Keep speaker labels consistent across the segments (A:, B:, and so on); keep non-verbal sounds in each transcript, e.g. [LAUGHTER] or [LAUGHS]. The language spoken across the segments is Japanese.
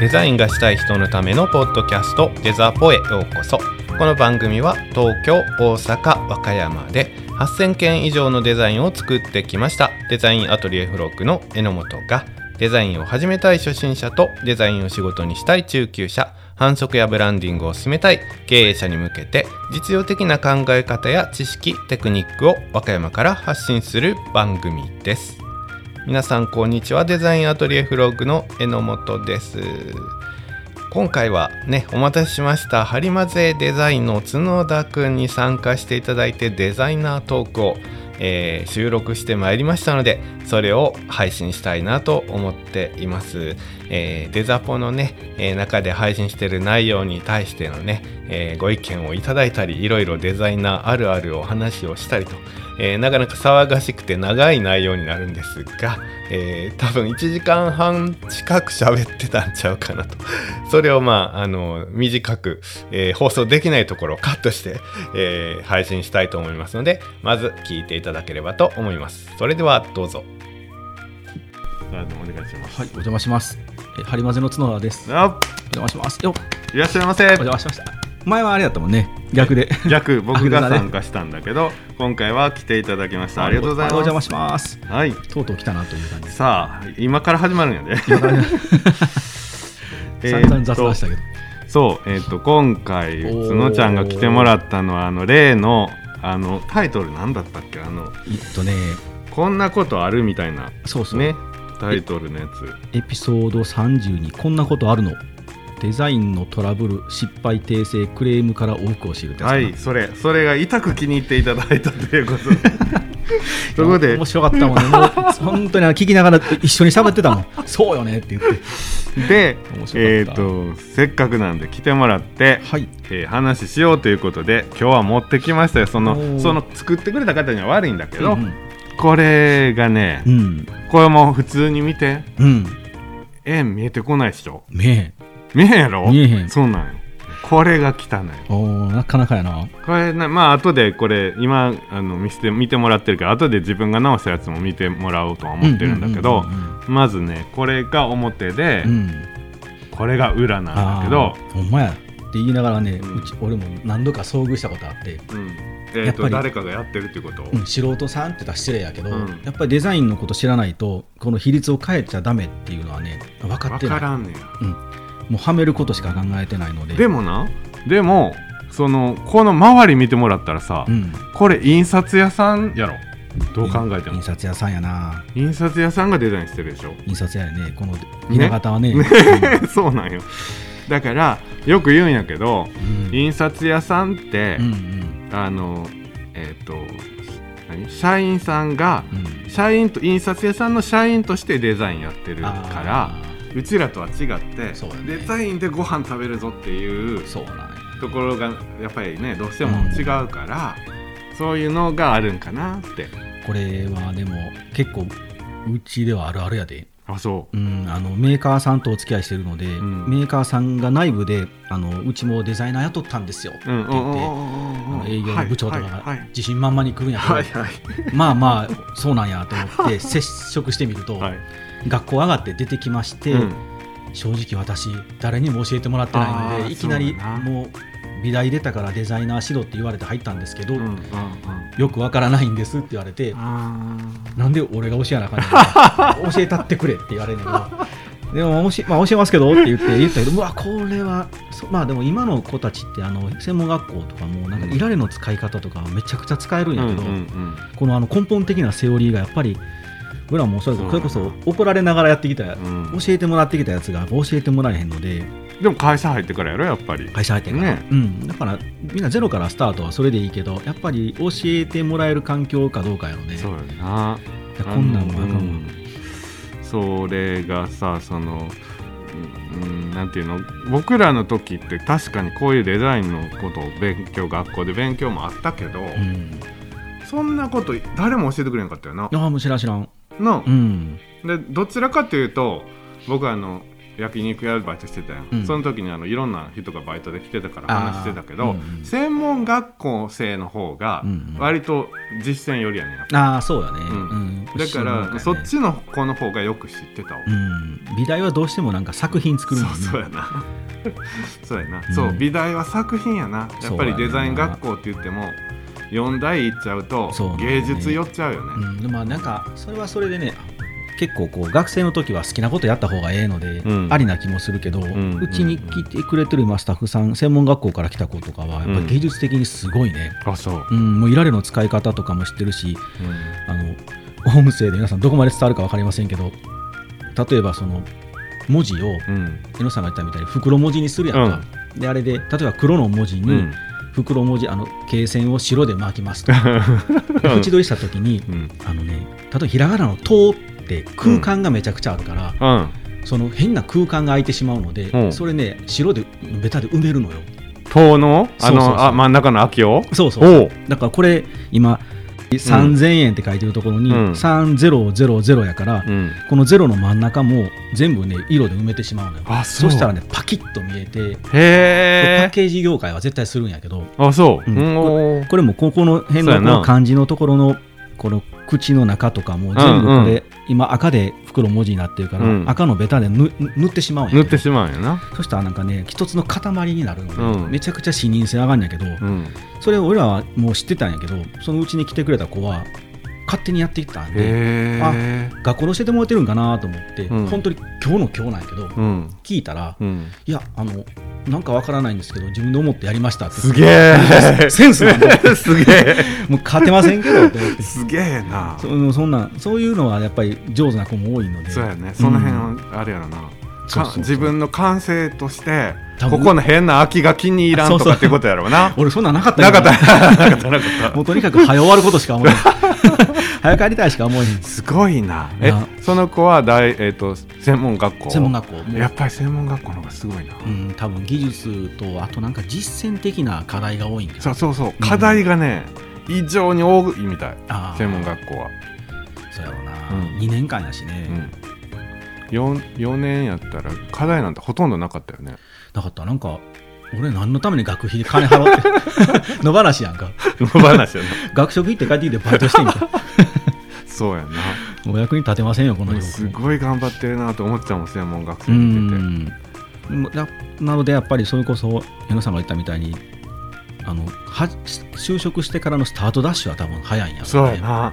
A: デザインがしたい人のためのポッドキャストデザポへようこそこの番組は東京大阪和歌山で8,000件以上のデザインを作ってきましたデザインアトリエフロークの榎本がデザインを始めたい初心者とデザインを仕事にしたい中級者販促やブランディングを進めたい経営者に向けて実用的な考え方や知識テクニックを和歌山から発信する番組です皆さんこんにちはデザインアトリエフロッグの榎本です今回はねお待たせしましたハリマゼデザインの角田くんに参加していただいてデザイナートークを、えー収録してまいりましたのでそれを配信したいなと思っています、えーデザポのね、えー中で配信している内容に対してのね、えーご意見をいただいたりいろいろデザイナーあるあるお話をしたりと、えーなかなか騒がしくて長い内容になるんですが、えー多分1時間半近く喋ってたんちゃうかなと [LAUGHS] それをまああの短く、えー放送できないところをカットして、えー配信したいと思いますのでまず聞いていただければと思いますそれではどうぞあのお願いします
B: はい、お邪魔します。え、ハリマゼの角田です。お
A: あ
B: 邪魔します。よっ、
A: いらっしゃいま
B: お
A: せ
B: 邪魔しました。前はあれだったもんね、逆で。
A: 逆僕が
B: あれだね
A: 参加したんだけど今回は来ていただきましたありがとうございま
B: お
A: す
B: 邪魔します。
A: はい
B: とうとう来たなという感じです。
A: さあ今から始まるんや
B: [LAUGHS]
A: でえーっ
B: 散
A: と
B: 々雑談したけど。
A: そう、えっと今回
B: おー
A: 角ちゃんが来てもらったのはあの例のあのタイトルなんだったっけあの
B: えっとね、
A: こんなことあるみたいな
B: そうそう、
A: ねタイトルのやつ
B: エピソード30にこんなことあるの。デザインのトラブル、失敗、訂正、クレームから多くを知るってやつ
A: は
B: かな。
A: いそれそれが痛く気に入っていただいたという
B: [LAUGHS]
A: ことで [LAUGHS] そこで
B: 面白かったもんね。もう
A: [LAUGHS]
B: 本当にあの聞きながら一緒に喋ってたもん。そうよねって言って。
A: で
B: 面白
A: え
B: か
A: っ
B: った
A: とせっかくなんで来てもらって
B: はい。
A: えー話しようということで今日は持ってきましたよそ
B: お
A: の
B: ー
A: その作ってくれた方には悪いんだけど、
B: うん
A: これがね
B: うん。
A: これも普通に見て
B: うん。
A: 円見えてこないでしょ
B: ねえ。
A: 見えへんやろ
B: 見えへん
A: そうなんよこれが汚い
B: おーなかなかやな。
A: これなまあ後でこれ今あの見せて見てもらってるから後で自分が直したやつも見てもらおうとは思ってるんだけど、
B: うんうんうんうん
A: まずねこれが表で、
B: うん、
A: これが裏なんだけど
B: あ、ーほんまやって言いながらね、
A: うん
B: うち俺も何度か遭遇したことあって、
A: うんえー、
B: やっぱ
A: と
B: り
A: 誰かがやってるってこと、
B: うん素人さんって言ったら失礼やけど、
A: うん
B: やっぱりデザインのこと知らないとこの比率を変えちゃダメっていうのはね分かっ
A: わ
B: てない
A: からんねや
B: もうはめることしか考えてないので
A: でもなでもそのこの周り見てもらったらさ、
B: うん、
A: これ印刷屋さんやろどう考えて
B: 印
A: も
B: 刷屋さんやな
A: 印刷屋さんがデザインしてるでしょ
B: 印刷屋やねこの雛形はね
A: [LAUGHS] そうなんよだからよく言うんやけど
B: うん
A: 印刷屋さんって
B: うんう、ん
A: あのえっ、と何社員さんが
B: うん
A: 社員と印刷屋さんの社員としてデザインやってる
B: あー
A: からうちらとは違って、
B: そうだね
A: デザインでご飯食べるぞっていう
B: そうなんや
A: ところがやっぱりねどうしても違うから、そういうのがあるんかなって
B: これはでも結構うちではあるあるやで
A: あそう
B: うん、あのメーカーさんとお付き合いしているので、
A: ん
B: メーカーさんが内部であのうちもデザイナー雇ったんですよって
A: うん
B: 言
A: う
B: っ
A: んう
B: て、
A: ん
B: あ
A: うんうん
B: の
A: うん
B: 営業の部長とか
A: はいは
B: が
A: い
B: 自信満々に来るんやけど、
A: はいはい
B: まあまあそうなんやと思って
A: [LAUGHS]
B: 接触してみると、
A: はいはい
B: 学校上がって出てきまして、
A: うん
B: 正直私誰にも教えてもらってないの
A: あー
B: でいきなり
A: そうだな
B: もう美大出たからデザイナーしろって言われて入ったんですけど、
A: うんうんうん
B: よくわからないんですって言われて、
A: あ
B: なんで俺が教えなあ
A: [LAUGHS]
B: かんねん教えたってくれって言われるんだけどでも教え,、まあ、教えますけどって言って言ったけどうわこれはそまあでも今の子たちってあの専門学校とかもなんかいられの使い方とかめちゃくちゃ使えるん
A: うん
B: や
A: うん
B: け
A: う
B: ど、
A: ん
B: このあの根本的なセオリーがやっぱり僕らもそれこそそ
A: そう
B: れ
A: だな
B: こそ怒られながらやってきた、
A: うん
B: 教えてもらってきたやつが教えてもらえへんので
A: でも会社入ってからやろやっぱり
B: 会社入ってから、
A: ね
B: うん、だからみんなゼロからスタートはそれでいいけどやっぱり教えてもらえる環境かどうかやので
A: そうやな
B: だからこんなんもあかん
A: う
B: わ、
A: んそれがさそのうんうんなんていうの僕らの時って確かにこういうデザインのことを勉強学校で勉強もあったけど、
B: うん
A: そんなこと誰も教えてくれなかったよな。
B: ああもう知らん知らん
A: の
B: う、ん
A: でどちらかというと僕はあの焼肉屋でバイトしてたやん、
B: うん
A: その時にあのいろんな人がバイトで来てたから
B: あー
A: 話してたけど、
B: うんうん
A: 専門学校生の方が
B: うんうん
A: 割と実践よりやねんやっぱ
B: ああそうだね、
A: うん
B: うん
A: だから、そっ、ちの子の方がよく知ってたわ、
B: うん、美大はどうしてもなんか作品作るもんね
A: そうそうやな [LAUGHS] そうやな、
B: うん
A: そう美大は作品やなやっぱりデザイン学校って言っても4大いっちゃうと
B: そうなんだよ
A: 芸
B: ね
A: 術寄っちゃうよね
B: うん、でもまあなんかそれはそれでね結構こう学生の時は好きなことやった方がええので、
A: うん
B: ありな気もするけど、うんちに来てくれてる今スタッフさん専門学校から来た子とかはやっぱ芸術的にすごいね、
A: あそう、うん
B: うんもういられの使い方とかも知ってるしあの音声で皆さんどこまで伝わるか分かりませんけど例えばその文字を
A: うん
B: 江野さんが言ったみたいに袋文字にするやんか、であれで例えば黒の文字
A: う
B: に
A: ん
B: 袋文字、あの罫線を白で巻きますとかで [LAUGHS] 縁取りした時に
A: うん
B: あのね例えばひらがなの「と」って空間がめちゃくちゃあるから、
A: うん
B: その変な空間が空いてしまうので、
A: うん
B: それね白でベタで埋めるのよ
A: 遠の
B: そうそうそう
A: ん中の秋を
B: そうそう
A: おう
B: だからこれ今3000円って書いてるところに、
A: うん
B: 3000やから、
A: うん
B: このゼロの真ん中も全部ね色で埋めてしまうのよ
A: あ
B: そしたら
A: ね
B: ねパキッと見えて、これパ
A: へ
B: ッケージ業界は絶対するんやけど
A: えあそう、
B: う
A: うんん、おー
B: これもここの辺の
A: そう
B: こ
A: やな
B: の漢字のところのこの口の中とかも全部これ、
A: うんうん
B: 今赤で袋文字になってるから、
A: うん
B: 赤のベタでぬぬ塗ってしまうんや
A: 塗っ
B: けど
A: てしまうんやな
B: そしたらなんかね一つの塊になるので、
A: うん
B: めちゃくちゃ視認性上がるんやけど、
A: うん
B: それを俺らはもう知ってたんやけどそのうちに来てくれた子は勝手にやっていったん
A: へ
B: で
A: え
B: 学校の教えてもらってるんかなと思って、
A: うん
B: 本当に今日の今日なんやけど、
A: うん
B: 聞いたら
A: うん
B: いやあのなんかわからないんですけど自分で思ってやりましたって
A: すげえ
B: [LAUGHS] センスなん
A: [LAUGHS]
B: だ
A: すげえ
B: もう勝てませんけどって思って
A: すげえな
B: そうんそんなそういうのはやっぱり上手な子も多いので
A: そうやねその辺はあれやろな、
B: そう
A: か
B: そうそう
A: 自分の感性として
B: 多分
A: ここの変な空きが気に入らんと
B: そうそう
A: かってことやろう
B: [LAUGHS]
A: な
B: 俺そんなんなかった
A: なかった [LAUGHS]
B: ら
A: なかったなかっ
B: もうとにかく早終わることしか思えない
A: [LAUGHS]
B: 早帰りたいしか思えへん
A: たすごいなえ
B: な
A: その子は大、えー、と専門学校
B: 専門学校もう
A: やっぱり専門学校の方がすごいな、
B: うん、多分技術とあとなんか実践的な課題が多いんです
A: そうそうそう課題がね、異常に多いみたい
B: ああ
A: 専門学校は、
B: そうやろうな、
A: うん
B: 2年間やし
A: う
B: ね、
A: ん、4, 四年やったら課題なんてほとんどなかったよ
B: [LAUGHS]
A: ね
B: なかったなんか俺何のために学費で金払って [LAUGHS] 野放しやんか
A: 野放しやな
B: 学食行って帰ってきてバイトしてんか
A: [LAUGHS] そうやな [LAUGHS]
B: お役に立てませんよこ
A: も
B: の業
A: うす
B: 界
A: ごい頑張ってるなと思っちゃうもん専門学
B: う
A: 生見てて
B: んななのでやっぱりそれこそ矢野さんが言ったみたいにあのは就職してからのスタートダッシュは多分早いんやろね
A: そうやな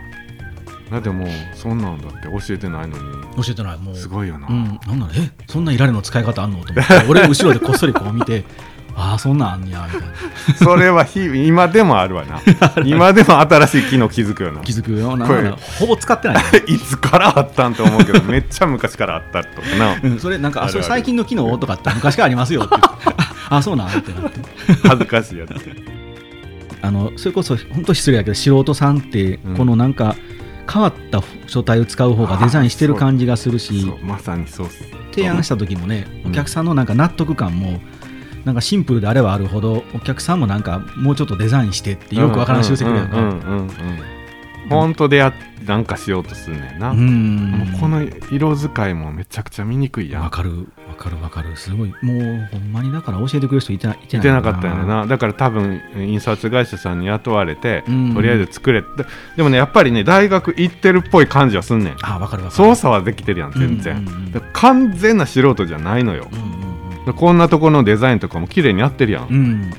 A: だってもうそんなんだって教えてないのに
B: 教えてないもう
A: すごいよな、
B: うん、なんだろうえそんないられの使い方あんのと思って俺後ろでこっそりこう見て [LAUGHS] ああそんなんあんねやみたいな
A: それは日々今でもあるわ
B: [LAUGHS]
A: な今でも新しい機能気づくよな
B: 気づくような
A: これ
B: なんかほぼ使ってない、ね
A: いつからあったんと思うけどめっちゃ昔からあったとかな
B: うん、それなんかあ
A: あるあ
B: そ
A: る
B: れ最近の機能とかって昔からありますよ
A: [LAUGHS]
B: って言ってああそうなんってなって
A: 恥ずかしいやつ
B: あのそれこそ本当失礼だけど素人さんって
A: うん
B: このなんか変わった書体を使う方がデザインしてる感じがするし
A: そうまさにそうっす
B: 提案した時もね
A: うん
B: お客さんのなんか納得感もなんかシンプルであればあるほどお客さんもなんかもうちょっとデザインしてってよくわからん修正くれる
A: うんうんうんうん本当でやなんかしようとすんねんな、
B: うん
A: もうこの色使いもめちゃくちゃ見にくいや
B: わ
A: ん
B: かるわかるわかるすごいもうほんまにだから教えてくれる人いてないて
A: 見てなかったよなだから多分印刷会社さんに雇われて、
B: うん
A: とりあえず作れってでもねやっぱりね大学行ってるっぽい感じはすんねん
B: あわかるわかる
A: 操作はできてるやん全然、
B: うんうんうん
A: だから完全な素人じゃないのよ、
B: うんうんうん
A: だからこんなところのデザインとかも綺麗にやってるやん、
B: うん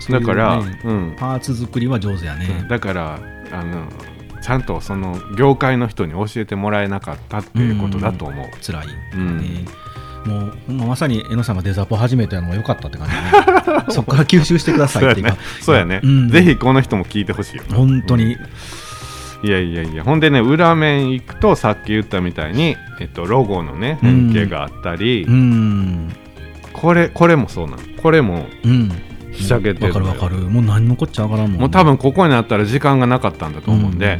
B: そうい
A: だ
B: う
A: からう,、
B: ね
A: ん
B: パーツ作りは上手やね
A: だからあのちゃんとその業界の人に教えてもらえなかったっていうことだと思う、
B: 辛い、
A: うん
B: ねもうほんままさに江野さんがデザポ始めたのが良かったって感じ、
A: [LAUGHS]
B: ね、そこから吸収してくださ
A: そう
B: い
A: や
B: っていうか
A: ね、そうやね、
B: うん
A: ぜひこの人も聞いてほしいよ。
B: 本当に
A: いやいやいや、ほんでね、裏面行くと、さっき言ったみたいに、えっと、ロゴのね、
B: うん
A: 変形があったり、
B: うん
A: これ、これもそうなの、これも
B: うん
A: ひしゃげて
B: わ
A: る
B: か
A: の
B: る
A: よ
B: わかるもう何のこっちゃわからんもん
A: もう多分ここになったら時間がなかったんだと思うんで、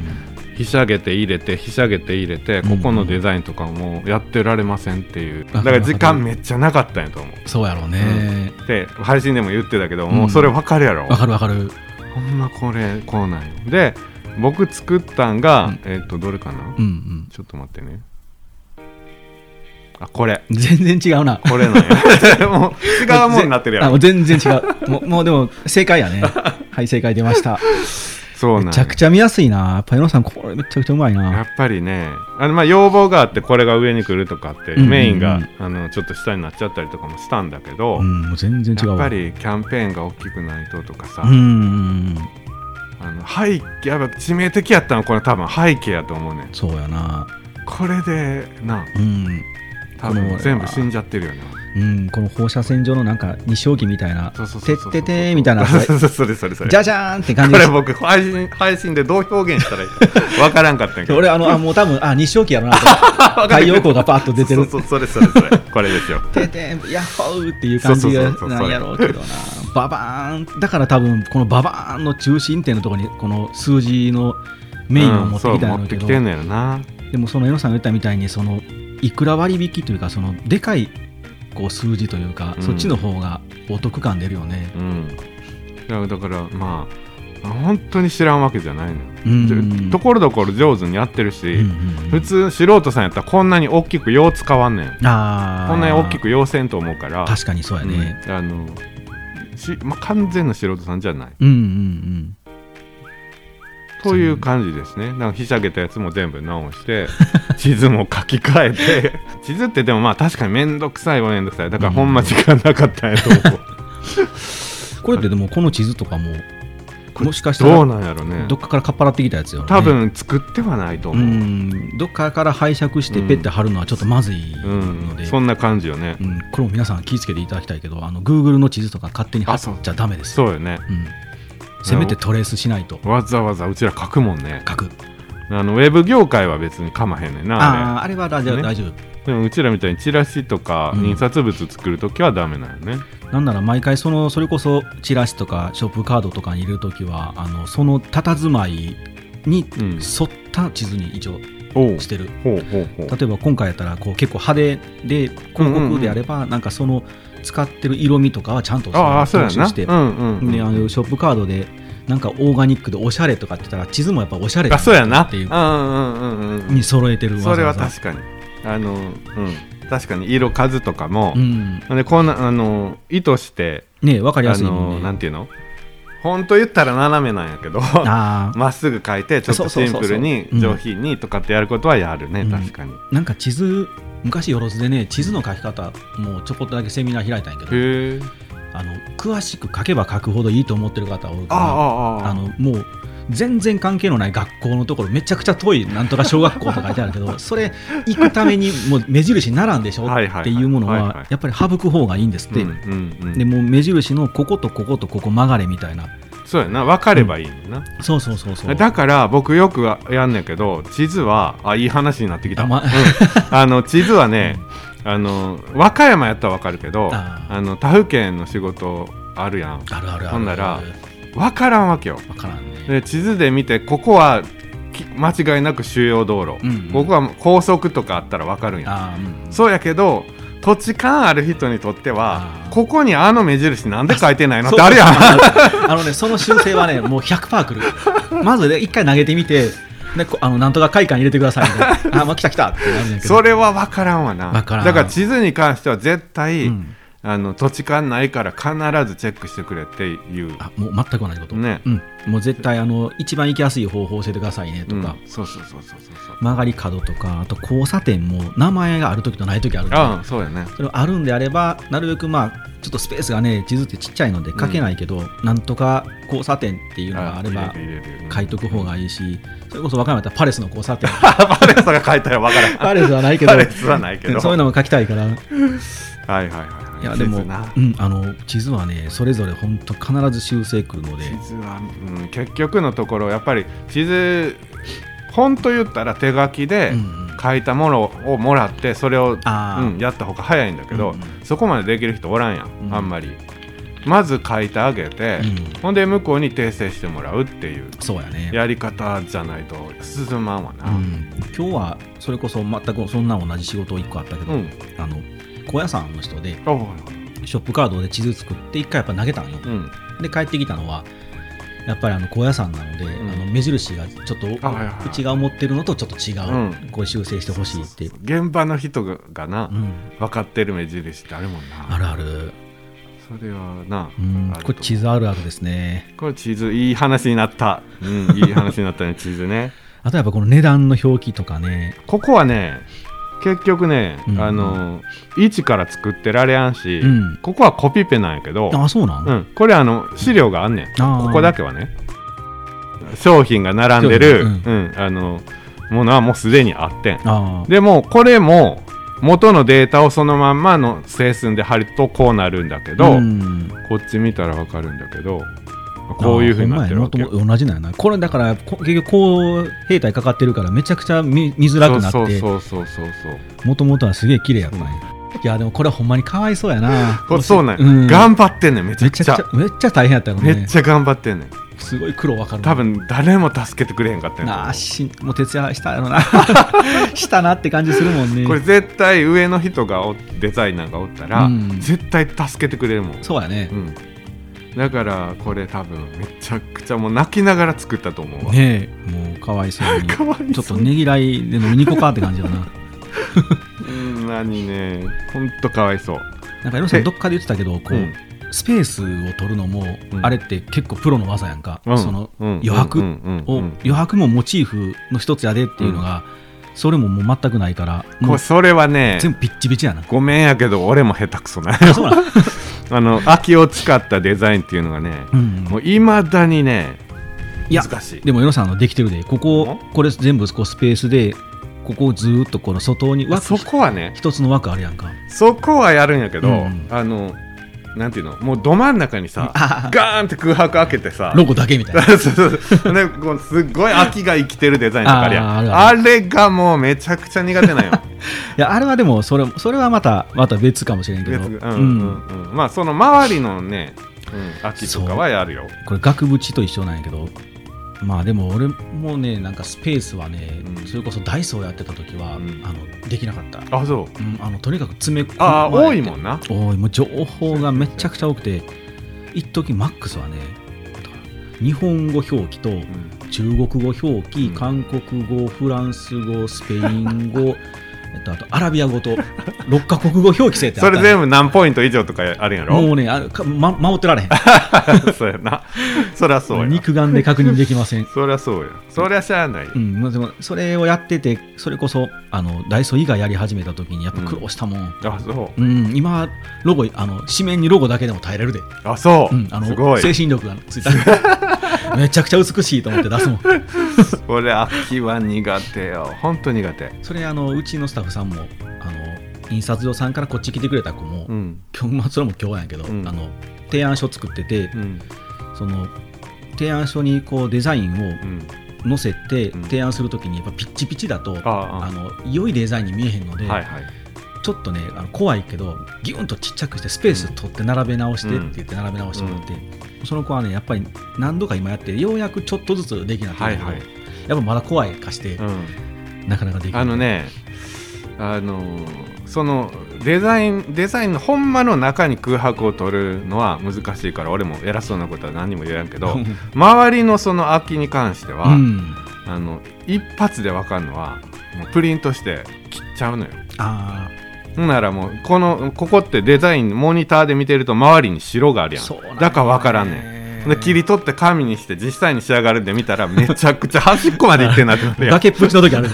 B: う
A: ひしゃげて入れて、ひしゃげて入れて、ここのデザインとかもやってられませんっていう、だから時間めっちゃなかったんやと思う。
B: んそうやろうね
A: で、配信でも言ってたけど、
B: うん
A: もうそれわかるやろ。
B: わ、かるわかる
A: ほんまこれ、こうなんよ。で、僕作ったんが、えっと、どれかな、
B: うんうん
A: ちょっと待ってね。あこれ
B: 全然違うな
A: これなんや [LAUGHS] もう違うもんになってるや
B: あ
A: ろ
B: もう全然違うもうもうでも正
A: [LAUGHS]
B: 解やねはい正解出ました
A: そうなんや
B: めちゃくちゃ見やすいなやっぱ江野さんこれめちゃくちゃうまい
A: や
B: な
A: っぱりねあのまあ要望があってこれが上に来るとかって
B: うんうんうん
A: メインがあのちょっと下になっちゃったりとかもしたんだけど、
B: うんもう全然違う
A: やっ
B: わ
A: ぱりキャンペーンが大きくないととかさ、
B: うんうんうん
A: あの背景やっぱ致命的やったのはこれ多分背景やと思うねん
B: そうやな
A: これでな
B: うん
A: 多分
B: この
A: 全部死んじゃってるよね
B: うん、この放射線上のなんか日照儀みたいな
A: そうそうそ
B: てっ
A: うそう
B: ててーみたい
A: [LAUGHS]
B: な
A: そうそうそれそれそれ
B: じゃじゃーんって感じ
A: こ
B: で
A: れ
B: し
A: 僕配信配信でどう表現したらいいかわからんかったんやけど
B: 俺あのあもう多分あ日照期やろなと思っ
A: [LAUGHS]
B: て
A: わか
B: 太
A: る
B: 陽光がパッと出てる
A: そうそうそれそれそれこれですよ
B: ててーヤッホーっていう感じ
A: そ
B: が
A: うそうそうそう
B: なんやろうけどなババーンだから多分このババーンの中心点のところにこの数字の [LAUGHS] メインを持ってきた
A: うんそう
B: ん
A: 持
B: だ
A: っ
B: け
A: て
B: ど、
A: きてんのやろな
B: でもその江野さんが言ったみたいにそのいくら割引というかそのでかいこう数字というか、
A: うん
B: そっちの方がお得感出るよね
A: うんいやだからまあ本当に知らんわけじゃないのよ
B: うん
A: でところどころ上手にやってるし、
B: うんうんうん
A: 普通素人さんやったらこんなに大きくよう使わんねん
B: あー
A: こんなに大きく要せんと思うから
B: 確かにそうやね、
A: うんあのしまあ、完全な素人さんじゃない
B: うん、うん
A: という感じですねなんかひしゃげたやつも全部直して
B: [LAUGHS]
A: 地図も書き換えて地図ってでもまあ確かに面倒くさいは面倒くさいだからほんま時間なかったんやと思う
B: うんこれってでもこの地図とかも
A: これ
B: もしかした
A: どう
B: ら
A: なんやろね
B: どっかからかっぱらってきたやつよ、ね、
A: 多分作ってはないと
B: う
A: 思う、うん
B: んどっかから拝借してペッて貼るのはちょっとまずいので、うん
A: そんな感じよね
B: これも皆さん気をつけていただきたいけどあの Google の地図とか勝手に貼っちゃダメですよ、
A: そうよね
B: うん、せめてトレースしないと
A: わざわざうちら書くもんね
B: 書く
A: あのウェブ業界は別にかまへんねんなあ
B: ああーあれは大丈夫、
A: ね
B: 大丈
A: れでもうちらみたいにチラシとか
B: うん
A: 印刷物作るときはダメなんよね、
B: 夫なんなら毎回そのそれこそチラシとかショップカードとかに入れるときはあのその佇まいに
A: うん
B: 沿った地図に一応
A: おう
B: してる
A: ほうほうほう
B: 例えば今回やったらこう結構派手で広告であればなんかその使ってる色味とかはちゃんと
A: ああそうや
B: 踏
A: な
B: 襲して
A: うんうんうん
B: であのショップカードでなんかオーガニックでおしゃれとかって言ったら地図もやっぱおしゃれだ
A: あそうやな
B: っていう
A: うんうんうんうん
B: に揃えてるわざ
A: そ
B: わざ
A: れは確かにあのうん確かに色数とかも
B: う、ん
A: でこんなあの意図して
B: ねわかりや
A: あ
B: すいも
A: の
B: ん
A: な
B: ね
A: んていうの本当言ったら斜めなんやけ
B: [LAUGHS]
A: ど
B: あ
A: まっすぐ書いてちょっ
B: そ
A: と
B: うそう
A: シ
B: そ
A: ン
B: うそう
A: プルに
B: うん
A: 上品にとかってやることはやるね、
B: うん
A: 確かに、
B: ーなんか地図昔よろずでね地図の書き方もうちょこっとだけセミナー開いたんやけど
A: へえ
B: あの詳しく書けば書くほどいいと思ってる方多い
A: あ
B: から
A: あああ
B: あのもう全然関係のない学校のところめちゃくちゃ遠いなんとか小学校とか書いてある
A: [LAUGHS]
B: けどそれ行くためにもう目印にならんでしょ
A: はいはいはい
B: っていうもの
A: はいは
B: はいやっぱり省く方がいいんですっ
A: うん
B: て、
A: うんうん
B: でもう目印のこことこことここ曲がれみたいな
A: そうやな分かればいいのな、
B: そうそうそうそう
A: だから僕よくやんねんけど地図はあいい話になってきた
B: あま
A: うんあの地図はねあの和歌山やったら分かるけど
B: あ
A: あ
B: ー
A: の他府県の仕事あるやん
B: あるあるある
A: ほんなら分からんわけよ
B: 分からんね
A: で地図で見てここはき間違いなく主要道路、
B: うんうん
A: ここは高速とかあったら分かるんや
B: あーうん
A: そうやけど土地勘ある人にとって
B: あ
A: は
B: ー
A: ここにあの目印なんで書いてないのっ
B: そう
A: てあるやん
B: あのねその修正はねもう100%くるまずね一回投げてみてでこあのなんとか会館入れてくださいみたいなあまあ来た来たってなるんだけど
A: それは分からんわな
B: 分からん
A: だから地図に関しては絶対、
B: うん
A: あの土地勘ないから必ずチェックしてくれっていう
B: あもう全く同じこと、
A: ね
B: うん、もう絶対あの一番行きやすい方法を教えてくださいねと
A: うん
B: か、
A: そうそうそうそうそうそう
B: 曲がり角とかあと交差点も名前がある時とない時あるんで
A: あうんそうやね
B: それあるんであればなるべくまあちょっとスペースがね地図ってちっちゃいので書けないけど、なんとか交差点っていうのがあれば
A: 入れる入れる
B: 書い
A: [LAUGHS]
B: とく方がいいしそれこそ若山だったらパレスの交差点
A: パレスが書いたら分
B: [LAUGHS]
A: からん
B: パレスはないけど
A: パレスはないけど
B: そういうのも書きたいからい
A: はいはいはい
B: やでも、う、
A: 地図なん
B: あの地図はねそれぞれ本当必ず修正くるので
A: 地図は、うん、結局のところやっぱり地図本と言ったら手書きで
B: うんうん
A: 書いたものをもらってそれを、
B: あー
A: うん、やった方が早いんだけど、
B: うんうん
A: そこまでできる人おらんやん、
B: うん
A: あんまりまず書いてあげて、
B: うん
A: ほんで向こうに訂正してもらうっていう
B: そうやね
A: やり方じゃないと進まんわな、
B: うん、今日はそれこそ全くそんな同じ仕事1個あったけど、
A: うん
B: あの高野山の人で
A: おう
B: ショップカードで地図作って1回やっぱ投げたんよ、
A: うん
B: で帰ってきたのはやっぱりあの高野山なので、
A: うん
B: あの目印がちょっと
A: あはいはい
B: 内側持ってるのとちょっと違う、
A: う
B: こう修正してほしいっていう、
A: 現場の人ががな、
B: うん、
A: 分かってる目印ってあるもんな
B: あるある、
A: それはな、
B: うん
A: あ、ると
B: これ地図あるあるですね
A: これチーズいい話になった、
B: [LAUGHS]
A: うん、いい話になったねチーズね
B: あとやっぱこの値段の表記とかね
A: ここはね結局ね、
B: うん
A: あの一から作ってられやんし、
B: うん
A: ここはコピペなんやけど、
B: あそうなん、
A: うん、これあの資料があんねん
B: あー
A: ここだけはね商品が並んでる、う
B: 商
A: ん
B: 品う
A: あのものはもうすでにあってん
B: あー
A: でもこれも元のデータをそのまんまの整数で貼るとこうなるんだけど、
B: うん
A: こっち見たらわかるんだけどこういうふうになってるわけ
B: あ
A: よ
B: ほんまやなとも同じなんやなこれだからこ結局こう兵隊かかってるからめちゃくちゃ見見づらくな
A: そう
B: って
A: そうそうそうそう
B: もともとはすげえ綺麗やったんや、いやでもこれはほんまにかわいそうやな
A: こそうなんや、
B: うん
A: 頑張ってんねんめち
B: め
A: ゃく
B: ちゃ
A: ちゃ
B: くちゃめっちゃ大変やったよ
A: め
B: ね
A: っちゃ頑張ってんねん
B: すごい苦労わかる
A: 多分誰も助けてくれへんかったんやと
B: な
A: 思
B: あしもう徹夜したや
A: [LAUGHS]
B: ろなしたなって感じするもんね
A: うこれ絶対上の人がおデザイナーがおったら、
B: うん
A: 絶対助けてくれるもん
B: そうやね
A: うん、だからこれ多分めちゃくちゃもう泣きながら作ったと思うわ、
B: ねえもうかわいそう
A: [LAUGHS]
B: に
A: かわい
B: ちょ
A: そう
B: っとねぎらいで飲みに行こうかって感じだな
A: うん何ねほんとかわいそう
B: なんかエロさんどっかで言ってたけどこう、
A: うん
B: スペースを取るのも、
A: うん
B: あれって結構プロの技やんか、
A: うん
B: その
A: うん
B: 余白を、
A: うんうんうんうん
B: 余白もモチーフの一つやでっていうのが、それももう全くないから
A: こ
B: もう
A: れそれはね
B: 全部ピッチピチやな
A: ごめんやけど俺も下手くそな [LAUGHS]
B: あそうなん、
A: あの秋を使ったデザインっていうのがね [LAUGHS]
B: うん、
A: もういまだにね
B: いや
A: 難しい
B: でも、エロさんのできてるで、ここ、これ全部こうスペースで、ここをずーっとこの外に枠
A: そ、こはね
B: 一つの枠あるやんか。
A: そこはやるんやけど、
B: うん
A: あのなんていうのもうど真ん中にさ
B: あ
A: ガーンって空白開けてさ
B: ロゴだけみたいな。
A: そうそうそうねこうすっごい秋が生きてるデザインとかあるやん
B: あー
A: あ
B: あるあ
A: れがもうめちゃくちゃ苦手
B: [LAUGHS]
A: なんよ
B: いや、あれはでも、それ、それはまた、また別かもしれんけ
A: 別
B: ど。
A: にうん
B: う
A: うん
B: ん。
A: うんまあその周りのね、うん、秋とかはやるよ
B: これ、額縁と一緒なんやけど、まあでも俺もね、なんかスペースはね
A: うん、
B: それこそダイソーやってた時は
A: うん、
B: あの、できなかった。
A: あそう
B: うんあの、とにかく詰め込
A: ああ
B: まれ
A: 多
B: て
A: いもんな
B: 多いもう情報がめちゃくちゃ多くて一時マックスはね日本語表記と
A: うん
B: 中国語表記、
A: うん
B: 韓国語フランス語スペイン語 [LAUGHS] えっとあとアラビア語と6カ国語表記制ってあ
A: そ
B: っ
A: れ
B: たね
A: 全部何ポイント以上とかあるんやろ
B: もうねあか、ま、守ってられへん
A: [LAUGHS] そうやなそりゃ [LAUGHS] そうや
B: 肉眼で確認できません
A: そりゃそうやそりゃしゃあないよ
B: うん、まあでもそれをやっててそれこそあのダイソー以外やり始めた時にやっぱ苦労したもん、
A: あそう
B: うん今ロゴあの紙面にロゴだけでも耐えれるで、
A: あそううん
B: あ
A: すご
B: の
A: い
B: 精神力がついた [LAUGHS] めちゃくちゃ美しいと思って出すもん
A: これ秋は苦手よほんと苦手
B: それあのうちのスタッフさんもあの印刷所さんからこっち来てくれた子も、
A: うん
B: 今日まあそれも今日なんやけど、
A: うん
B: あの提案書作ってて
A: うん
B: その提案書にこうデザインを
A: うん
B: 載せて
A: うん
B: 提案するときにやっぱピッチピチだと、
A: ああ
B: あ
A: あ
B: の良いデザインに見えへんので、
A: はいはい
B: ちょっとねあの怖いけどギュンとちっちゃくしてスペース取って並べ直してって言って並べ直してもらって、その子はねやっぱり何度か今やってようやくちょっとずつできなって
A: は
B: る
A: い
B: けど、
A: はい
B: やっぱまだ怖い化して、
A: うん
B: なかなかできない。
A: あのね、あのーそのデザインデザインのほんまの中に空白を取るのは難しいから俺も偉そうなことは何も言えんけど周りのその空きに関しては、
B: うん、
A: あの一発で分かるのはもうプリントして切っちゃうのよ。
B: あ
A: ほんならもうこのここってデザインモニターで見てると周りに白がある
B: ー
A: やん
B: そうなん
A: だから分からんねん。
B: ね
A: で切り取って紙にして実際に仕上がるんで見たらめちゃくちゃ端っこまでいってんなってなるやん
B: 崖っぷちの時ある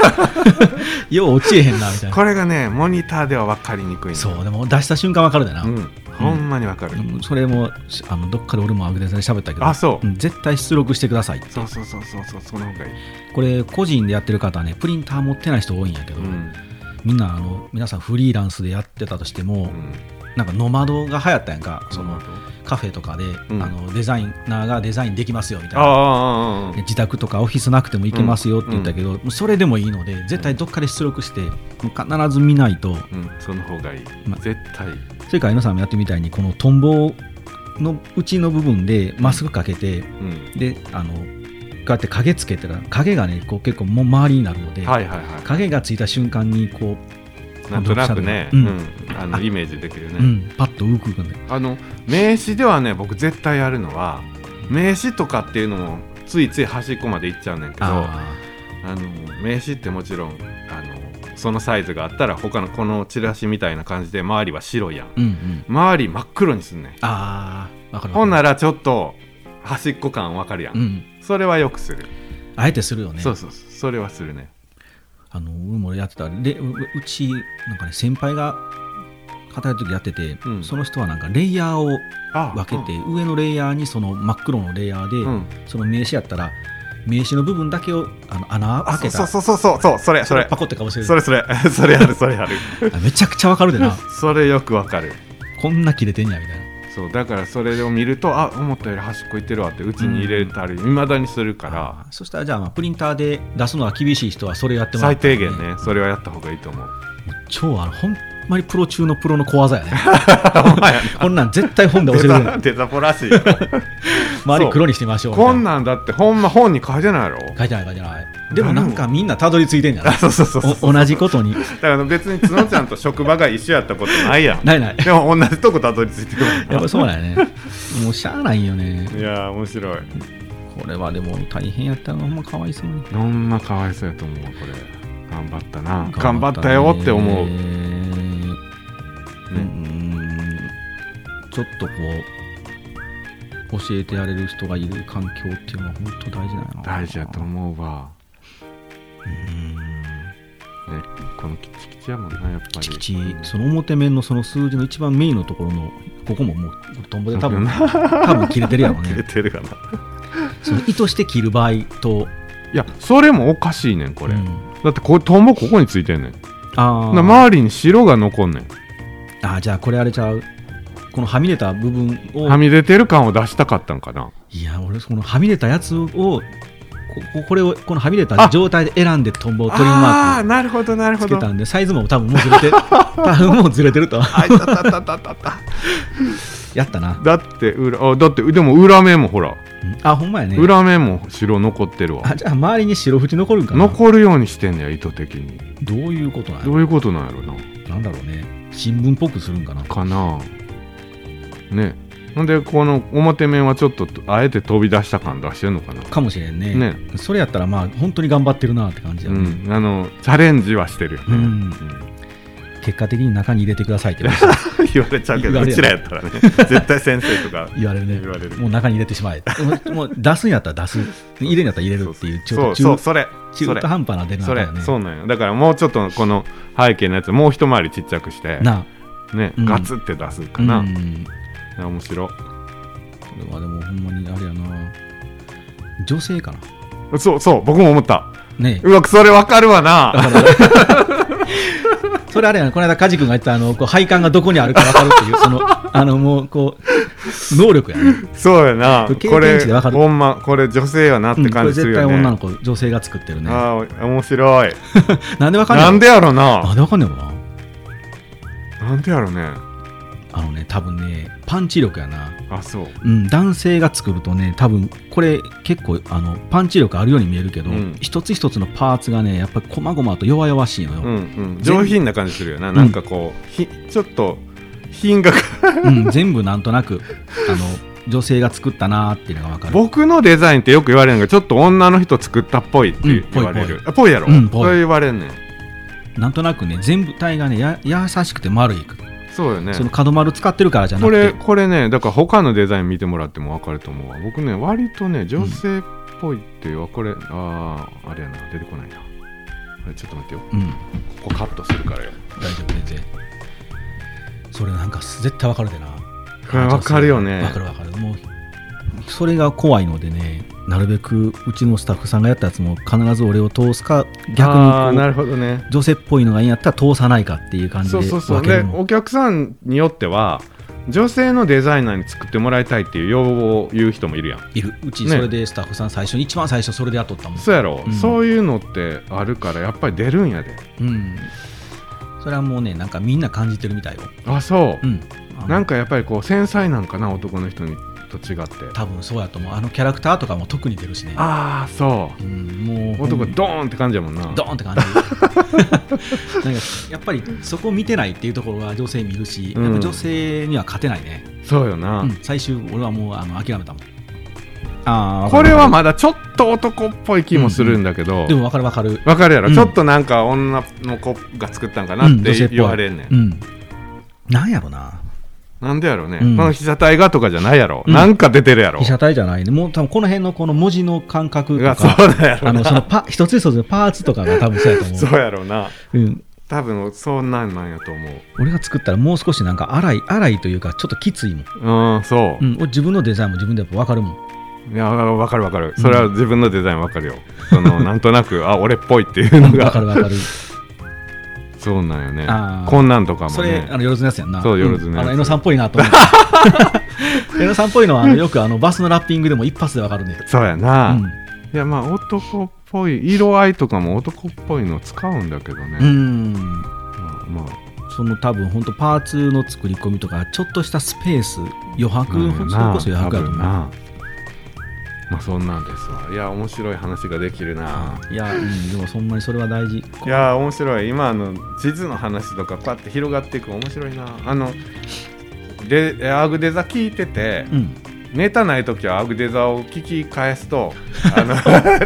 A: [LAUGHS]
B: よう落ちえへんなみたいな
A: これがねモニターでは分かりにくいのよ
B: そうでも出した瞬間わかるだな、
A: うん、ほんまにわかる、
B: うんそれもしあのどっかで俺もアグデザで喋ったけど
A: あそう、
B: うん絶対出力してくださいって
A: そうそうそうそうそうその方がいい、
B: これ個人でやってる方はねプリンター持ってない人多いんやけど、
A: うん
B: みんなあの皆さんフリーランスでやってたとしても、
A: うん、
B: なんかノマドが流行ったやんかその
A: あ
B: カフェとかで、
A: ん
B: あのデザイナーがデザインできますよみたいな
A: あああ
B: で自宅とかオフィスなくても行けますよって言ったけど、もうそれでもいいので絶対どっかで出力してもう必ず見ないと
A: うんその方がいい、
B: ま
A: 絶対
B: それから皆さんもやってみたいにこのトンボのうちの部分でまっすぐかけて
A: うん
B: であのこうやって影つけたら影がねこう結構もう周りになるので、
A: はいはいは
B: 影がついた瞬間にこ
A: いなんとなくね、う
B: うんん
A: あのイメージできる
B: う、
A: ね、
B: うん、パッと浮くんだよ
A: あの名刺ではね僕絶対やるのは名刺とかっていうのもついつい端っこまで行っちゃうねんけどあ
B: あ
A: の名刺ってもちろんあのそのサイズがあったら他のこのチラシみたいな感じで周りは白やん
B: ーうんうん
A: 周り真っ黒にすんねん
B: ああわかる
A: ほんな
B: ら、
A: らちょっと端っこ感わかるやん、
B: うん、
A: それはよくする、
B: あえてするよね
A: そうそうそうそれはするね
B: あの俺もやってたでううちなんかね先輩が働いてる時やってて、
A: うん
B: その人はなんかレイヤーを
A: あ
B: 分けて、上のレイヤーにその真っ黒のレイヤーで、
A: うん、うん
B: その名刺やったら名刺の部分だけをあの穴開け
A: そ
B: た
A: うそうそうそうそうそれそれ
B: パコってかぶせる
A: それそれ [LAUGHS] それあるそれある
B: あめちゃくちゃわかるで
A: [LAUGHS]
B: な
A: それよくわかる
B: こんな切れてんやみたいな
A: そうだからそれを見るとあ思ったより端っこいってるわってうちに入れたりいまだにするから
B: あーそしたらじゃあまあプリンターで出すのは厳しい人はそれやってもらっ
A: 最
B: たら
A: 低限ねそれはやった方がいいと
B: [LAUGHS]
A: 思う
B: 超あのほんまにプロ中のプロの小技やね
A: ほん [LAUGHS] まや
B: こんなん絶対本で教
A: デ
B: えてくれ
A: ザ
B: る
A: デザポら
B: [LAUGHS]
A: しいよ
B: 周り黒にしてみましょうみたい
A: こんなんだってほんま本に書いてないやろ
B: 書いてない書いてないでもなんかみんなたどり着いてんじゃな
A: あ
B: い
A: [LAUGHS] そうそうそうそう
B: お同じことに
A: だから別に角ちゃんと職場が一緒やったことないやん
B: ないない
A: でも同じとこたどり着いてくるもんな
B: やっぱそうだよねもうしゃあないよね
A: いやー面白い
B: これはでも大変やったのほんまかわいそうに
A: ほんまかわいそうやと思うわこれ頑張ったな頑張ったよって思う、ね
B: えーうんちょっとこう教えてやれる人がいる環境っていうのは本当大事だよな
A: 大事やと思うわ
B: うん
A: ねこのキチキチやもんなやっぱり
B: キチキチその表面のその数字の一番メインのところのここももうトンボで多分多分切れてるやろ
A: [LAUGHS]
B: う
A: 切れ
B: ね
A: てるかな
B: その意図して切る場合と
A: いやそれもおかしいねんこれ、
B: うん
A: だってこれトンボここについてんねんだか
B: あ
A: ら
B: ー、
A: 周りに白が残んねん
B: あーじゃあこれあれちゃうこのはみ出た部分を
A: はみ出てる感を出したかったんかない
B: や俺そのはみ出たやつをこここれをこのはみ出
A: あ
B: た状態で選んでトンボをトリムマ
A: あーなるほどなる
B: ーク
A: ほ
B: つけ
A: ど
B: たんでサイズも多分もうずれ
A: [LAUGHS]
B: て多分もうずれてると
A: あいたたたたたた
B: やったな
A: だって裏あだってでも裏面もほら、
B: うんあほんまやね
A: 裏面も白残ってるわ
B: あじゃあ周りに白縁残るんかな
A: 残るようにしてんねや意図的に
B: どういうことなんや
A: どういうことなんやろな
B: なんだろうね新聞っぽくするんかな
A: かなねほんでこの表面はちょっとあえて飛び出した感出してんのかな
B: かもしれんね
A: ね
B: それやったらまあ本当に頑張ってるなって感じだ
A: う
B: ね、
A: ん、あのチャレンジはしてるよね、
B: うん
A: うん [LAUGHS]
B: 結果的に中に入れてくださいって言わ
A: 言われちゃうけ
B: 言
A: ど
B: わ
A: う
B: れる
A: ちらやったら
B: [LAUGHS]
A: ね絶対先生とか
B: 言われるね
A: 言われる
B: もう中に入れてしまえ [LAUGHS] もうもう出すんやったら出す入れるんやったら入れるっていうちょ
A: そ
B: っと
A: うそう
B: 中
A: それそ
B: 中
A: れ
B: 途半端な出な
A: それ
B: よね
A: そうなんよだからもうちょっとこの背景のやつもう一回りちっちゃくして
B: な
A: ね、
B: うん
A: ガツって出す
B: あ
A: かな、
B: うん
A: あ面白
B: これはでもほんまにあれやな女性かな
A: そうそう僕も思った
B: ねえ
A: うわそれわかるわ
B: [LAUGHS]
A: な
B: それあれやなこの間梶君が言ってたあのこう配管がどこにあるか分かるっていうそのあのもうこう能力やね、
A: そうやな
B: 経
A: こ
B: 験
A: れ
B: 値でわかる
A: ほんまこれ女性やなっ
B: うん
A: て
B: こ
A: 感
B: れ
A: じす
B: 絶
A: る
B: 対
A: よね、
B: 女の子女性が作ってるね
A: あー面白い
B: なんで分かんない
A: なんでやろ
B: な
A: なん
B: で分かんねえのかな
A: なんでやろね
B: あのね多分ねパンチ力やな
A: あそう
B: うん、男性が作るとね多分これ結構あのパンチ力あるように見えるけど、
A: うん
B: 一つ一つのパーツがねやっぱり細々と弱々しいの
A: う
B: よ、
A: んうん、上品な感じするよな、なんかこうひちょっと品が
B: うん全部なんとなくあの女性が作ったなーっていうのが分かる
A: 僕のデザインってよく言われるのがちょっと女の人作ったっぽいって
B: うんぽ
A: 言
B: い
A: われる、あぽいやろ、
B: うんぽい
A: それ言われんねん
B: なんとなくね全部体がねや優しくて丸い、
A: そうよね
B: その角丸使ってるからじゃな
A: こ
B: く
A: れ
B: て
A: これねだから他のデザイン見てもらっても分かると思うわ僕ね割とね女性っぽいっていうわこれあーあれやな出てこないなあれちょっと待ってよ
B: うん
A: ここカットするからよ
B: 大丈夫全然それなんか絶対分かるでな
A: これ分かるよね
B: 分かる分かるもうそれが怖いのでねなるべくうちのスタッフさんがやったやつも必ず俺を通すか逆
A: あー
B: にこ
A: な
B: う
A: るほどね
B: 女性っぽいのがいいんやったら通さないかっていう感じ
A: そう
B: で
A: そうそう
B: 分け
A: で
B: るの
A: お客さんによっては女性のデザイナーに作ってもらいたいっていう要望を言う人もいるやん
B: いるうち
A: ね
B: それでスタッフさん最初に、一番最初それで雇ったもん
A: そうやろ、
B: うん
A: そういうのってあるからやっぱり出るんやで
B: うんそれはもうねなんかみんな感じてるみたいよ
A: あそう
B: う、んあ
A: なん
B: の
A: かやっぱりこう繊細なんかな男の人にと違って
B: 多分そうやと思うあのキャラクターとかも特に出るしね
A: ああそ
B: うんもう
A: う男ドーンって感じやもんな
B: ドーンって感じ
A: [LAUGHS]
B: なんかやっぱりそこを見てないっていうところは女性見るし、
A: うん
B: やっぱ女性には勝てないね、
A: そうよな、
B: うん最終俺はもうあの諦めたもんあー
A: これはまだちょっと男っぽい気もするんだけど、
B: でも分かる分かる
A: わかるやろ、
B: うん
A: ちょっとなんか女の子が作ったんかなっ
B: うん女
A: て
B: 性っぽい
A: 言われんねん、
B: うんなんやろな
A: なんでやろうね、
B: うん
A: この被写体がとかじゃないやろ、
B: うん
A: なんか出てるやろ
B: 被写体じゃないねもう多分この辺のこの文字の感覚と
A: が
B: か
A: そうだやろ
B: あ
A: な
B: のそのパ [LAUGHS] 一つ一つのパーツとかが多分そうやと思う
A: そうやろうな
B: うん、
A: 多分そんなんなんやと思
B: 俺が作ったらもう少しなんか荒い荒いというかちょっときついもん、
A: ううんそう
B: う、ん、俺自分のデザインも自分でやっぱ分かるもん
A: いやわかるわかるそれは自分のデザインわかるよ、
B: [LAUGHS]
A: そのなんとなくあ俺っぽいっていうの
B: 分か
A: が
B: る分かる
A: そうなんよね
B: あー
A: こんなんとかも
B: それ
A: ね
B: あのよろずのやつやんな
A: そうよろずの
B: ん
A: や
B: あ
A: つ
B: の江野さんっぽいなと思って
A: [LAUGHS]
B: 江野さんっぽいのはあのよくあのバスのラッピングでも一発で分かるね
A: そうや
B: う
A: な、
B: ん
A: いやまあ男っぽい色合いとかも男っぽいの使うんだけどね、
B: うん
A: まあまあ
B: その多分本当パーツの作り込みとかちょっとしたスペース余白、
A: なんや
B: それこ
A: な
B: そ余白やと
A: 多分
B: 思う
A: なまあそんなんですわいや面白い話ができるない
B: や、うん、でもそんなにそれは大事
A: いや面白い今あの地図の話とかパって広がっていく面白いなあのでアグデザ聞いてて、
B: うん
A: ネタない時はアグデザを聞き返す
B: [LAUGHS]
A: とあの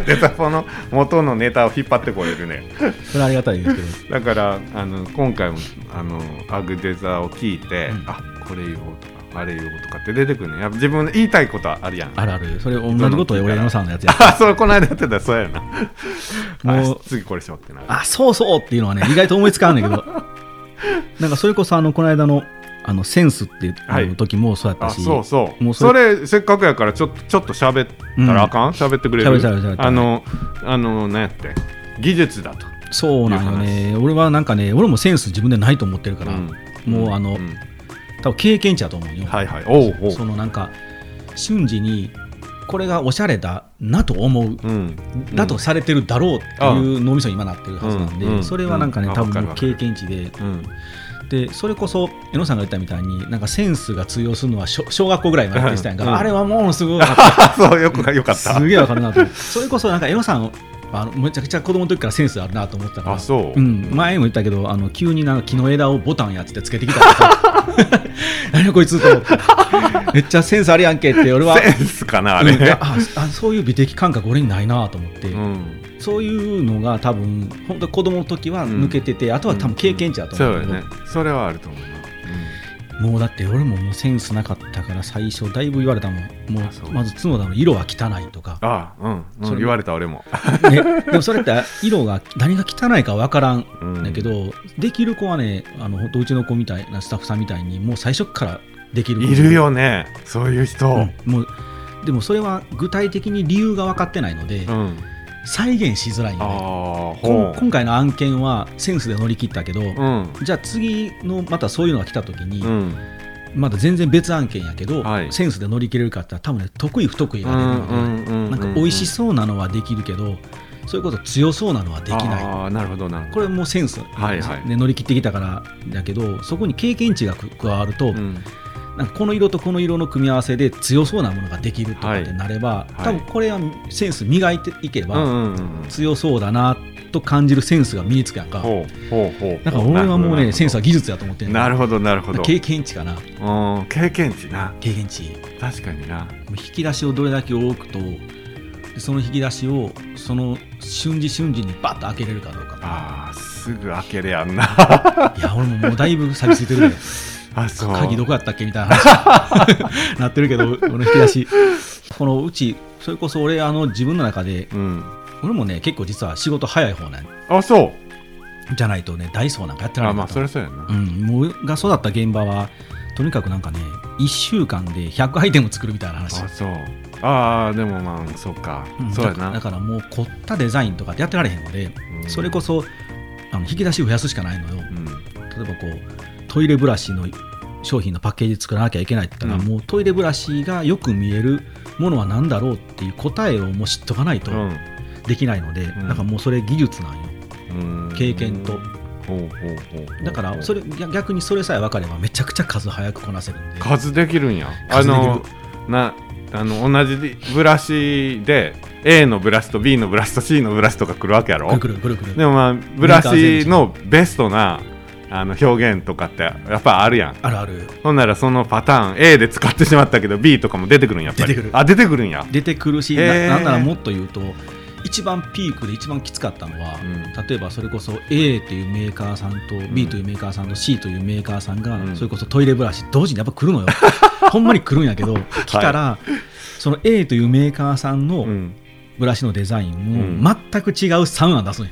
A: デザフォの元のネタを引っ張ってこれるね
B: それはありがたいで
A: [LAUGHS]
B: すけど
A: だからあの今回もあのアグデザを聞いて、
B: うん
A: あこれ言おうとかあれ言おうとかって出てくるねやっぱ自分の言いたいことはあるやん
B: あるあるそれ同じことを俺のさんのやつや
A: あ [LAUGHS] そうこの間やってたそうやな
B: もう
A: あ次これしようってなる
B: あそうそうっていうのはね意外と思いつかんねん
A: [LAUGHS]
B: けどなんかそれこそあのこの間のあのセンスっていうあ
A: はい
B: の時もそうやった
A: あ
B: し、
A: そうそう
B: もう
A: そ
B: そ
A: れせっかくやからちょっとちょっと喋ったらあかん喋、ってくれる
B: 喋る喋る喋る
A: あのあのなんやって技術だと、
B: そうなんよね俺はなんかね俺もセンス自分でないと思ってるから、
A: うん
B: もうあの、
A: ん
B: 多分経験値だと思うよ、
A: はいはいおうおう
B: そのなんか瞬時にこれがおしゃれだなと思う、
A: うん
B: だとされてるだろうっていう脳みそに今なってるはずなんで、
A: うんうん
B: それはなんかね、
A: うん
B: 多
A: わかる
B: 分も
A: わ
B: う
A: かる
B: 経験値で [LAUGHS]
A: うん
B: でそれこそ江野さんが言ったみたいになんかセンスが通用するのは小小学校ぐらいまででしたやんか、
A: うん
B: あれはもうすごかった
A: あそう [LAUGHS] よくよかった
B: すげえわかるなと思ってそれこそなんか江野さんあのめちゃくちゃ子供の時からセンスあるなと思ったから
A: あそう、
B: ん、前も言ったけどあの急になんか木の枝をボタンやっつってつけてきたとか
A: [LAUGHS]
B: 何やこいつと思ってめっちゃセンスあるやんけって俺は
A: センスかなあれ、
B: うんいやああそういう美的感覚俺にないなと思って、
A: うん
B: そういうのが多分本当子供の時は抜けてて、あとは多分経験値だと
A: そ
B: 思う
A: う
B: け
A: よ
B: ど、
A: ねそれはあると思うな、
B: もうだって俺ももうセンスなかったから最初だいぶ言われたもんも
A: あそう
B: うまず角田の色は汚いとか、
A: ああうん、
B: そ
A: うん、
B: れ
A: 言われた俺も
B: ね、でもそれって色が何が汚いか分からん
A: うん
B: だけど、できる子はねあのほんとうちの子みたいなスタッフさんみたいにもう最初からできる子
A: いる、よねそういう人、
B: うんもうでもそれは具体的に理由が分かってないので、
A: うん、
B: 再現しづらい
A: ああ
B: よねこん
A: ほう
B: 今回の案件はセンスで乗り切ったけど、
A: うん
B: じゃあ次のまたそういうのが来た時に、
A: うん
B: まだ全然別案件やけど、
A: はい
B: センスで乗り切れるかって言ったら多分ね得意不得意が出るので、
A: な
B: なんか美味し
A: そ
B: そうなのはできるけど、そういうこと強そうなのはできない。
A: ああなるほどなるほ
B: これもうセンス、
A: はいはい
B: ね乗り切ってきたからだけどそこに経験値が加わると、
A: ど、うん
B: なんかこの色とこの色の組み合わせで強そうなものができるとかってなれば、
A: はい
B: 多分これはセンス磨いていけ
A: う
B: ば、
A: んうんうん
B: 強そうだなと感じるセンスが身につくやんか
A: ほうほうほう
B: だから俺はもうねセンスは
A: は
B: 技術やと思ってんの
A: なるほどなるほど
B: 経験値かな
A: うん経験値な
B: 経験値
A: 確かにな
B: 引き出しをどれだけ多くとでその引き出しをその瞬時瞬時にバッと開けれるかどうか
A: あーすぐ開けれやんな [LAUGHS]
B: いや俺ももうだいぶ寂ついてるよ
A: あそう
B: 鍵どこやったっけみたい
A: [LAUGHS]
B: な話なってるけどこの引き出しこのうちそれこそ俺あの自分の中で
A: うん
B: 俺もね結構実は仕事早い方なん
A: あそう
B: じゃないとねダイソーなんかやってられ
A: あ
B: な
A: ま
B: い
A: あそりゃそうやんな
B: うん、もうが育った現場はとにかくなんかね1週間で100アイテム作るみたいな話
A: あそうああでもまあそうか、
B: ん
A: そうや
B: だ
A: な
B: だからもう凝ったデザインとかってやってられへんので、それこ
A: そ、
B: そあの引き出しを増やすしかないのよ
A: うん、
B: 例えばこうトイレブラシの商品のパッケージ作らなきゃいけないって言ったら、
A: うん
B: もうトイレブラシがよく見えるものは何だろうっていう答えをもう知っとかないと
A: うん
B: できないので、
A: ん
B: だからもうそれ技術なんよ
A: うん
B: 経験と
A: ほうほうほうほう
B: だからそれ逆逆にそれさえ分かればめちゃくちゃ数早くこなせるんで
A: 数できるんやあ
B: 数できる
A: のなあの同じブラシで A のブラシと B のブラシと C のブラシとか来るわけやろ
B: くるくるくるくる
A: でもまあブラシのベストなあの表現とかってやっぱあるやん
B: あるある
A: ほんならそのパターン A で使ってしまったけど B とかも出てくるんやっぱり
B: 出てくる
A: あ出てくるんや
B: 出てくるし、
A: へー
B: ななんならもっと言うと一番ピークで一番きつかったのは、
A: う
B: 例えばそれこそ A というメーカーさんと
A: ん
B: B というメーカーさんと C というメーカーさんが、
A: うん
B: それこそトイレブラシ同時にやっぱ来
A: [LAUGHS]
B: るのよほんまに来るんやけど来たら、その A というメーカーさん
A: う
B: の
A: ん
B: ブラシのデザイ
A: うん
B: ンも全く違うサウナ出すねん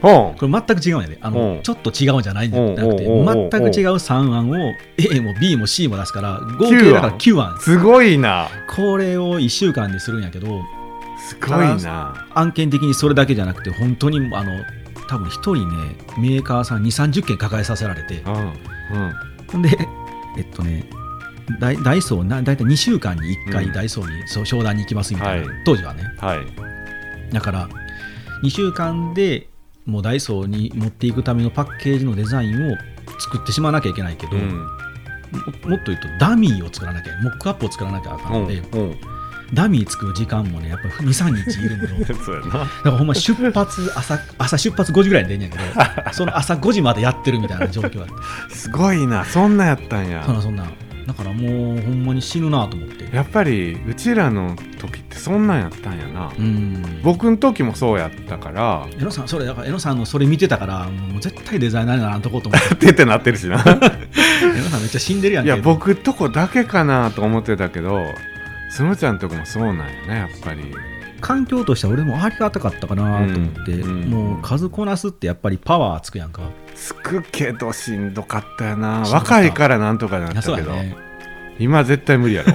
A: ほ
B: これ全く違うんやであ
A: うん
B: のちょっと違うんじゃないんじゃなくて
A: うんうんうんうん
B: 全く違う3案を A も B も C も出すから合計だから9案
A: うすごいな
B: これを1週間にするんやけど
A: すごいな
B: 案件的にそれだけじゃなくて本当にあの多分1人ねメーカーさん2 3 0件抱えさせられて
A: うんうん
B: ほんでえっとねダイダイソーな大体2週間に1
A: う
B: 回
A: ん
B: ダイソーにそう商談に行きますみたいな、
A: はい
B: 当時はね
A: はい
B: だから2週間でもうダイソーに持っていくためのパッケージのデザインを作ってしまわなきゃいけないけど、ももっと言うとダミーを作らなきゃモックアップを作らなきゃあかんので、
A: うんうん
B: ダミー作る時間もねやっぱり23日いるのよだ
A: [LAUGHS]
B: か
A: そうやな
B: らほんま出発朝朝出発5時ぐらいに出んねんけ
A: [LAUGHS]
B: どその朝5時までやってるみたいな状況だった
A: すごいなそんなんやったんや
B: そんなそんなだからもうほんまに死ぬなと思って
A: やっぱりうちらの時ってそんなんやったんやな
B: うん
A: 僕の時もそうやったから
B: 江野さんそれだから江野さんのそれ見てたからもう絶対デザイナーにならんとこう
A: [LAUGHS]
B: と思って
A: 出てなってるしな
B: 江野さんめっちゃ死んでるや
A: い
B: んけ
A: や僕とこだけかなと思ってたけどスノちゃんとこもそうなんやねやっぱり
B: 環境としては俺もありがたかったかなと思って、
A: うんうん
B: もう数こなすってやっぱりパワーつくやんか、
A: つくけどしんどかったよな
B: しんどかった
A: 若いからなんとかなっ
B: いやそ
A: た
B: う
A: け
B: や
A: ど、
B: ね
A: 今絶対無理やろ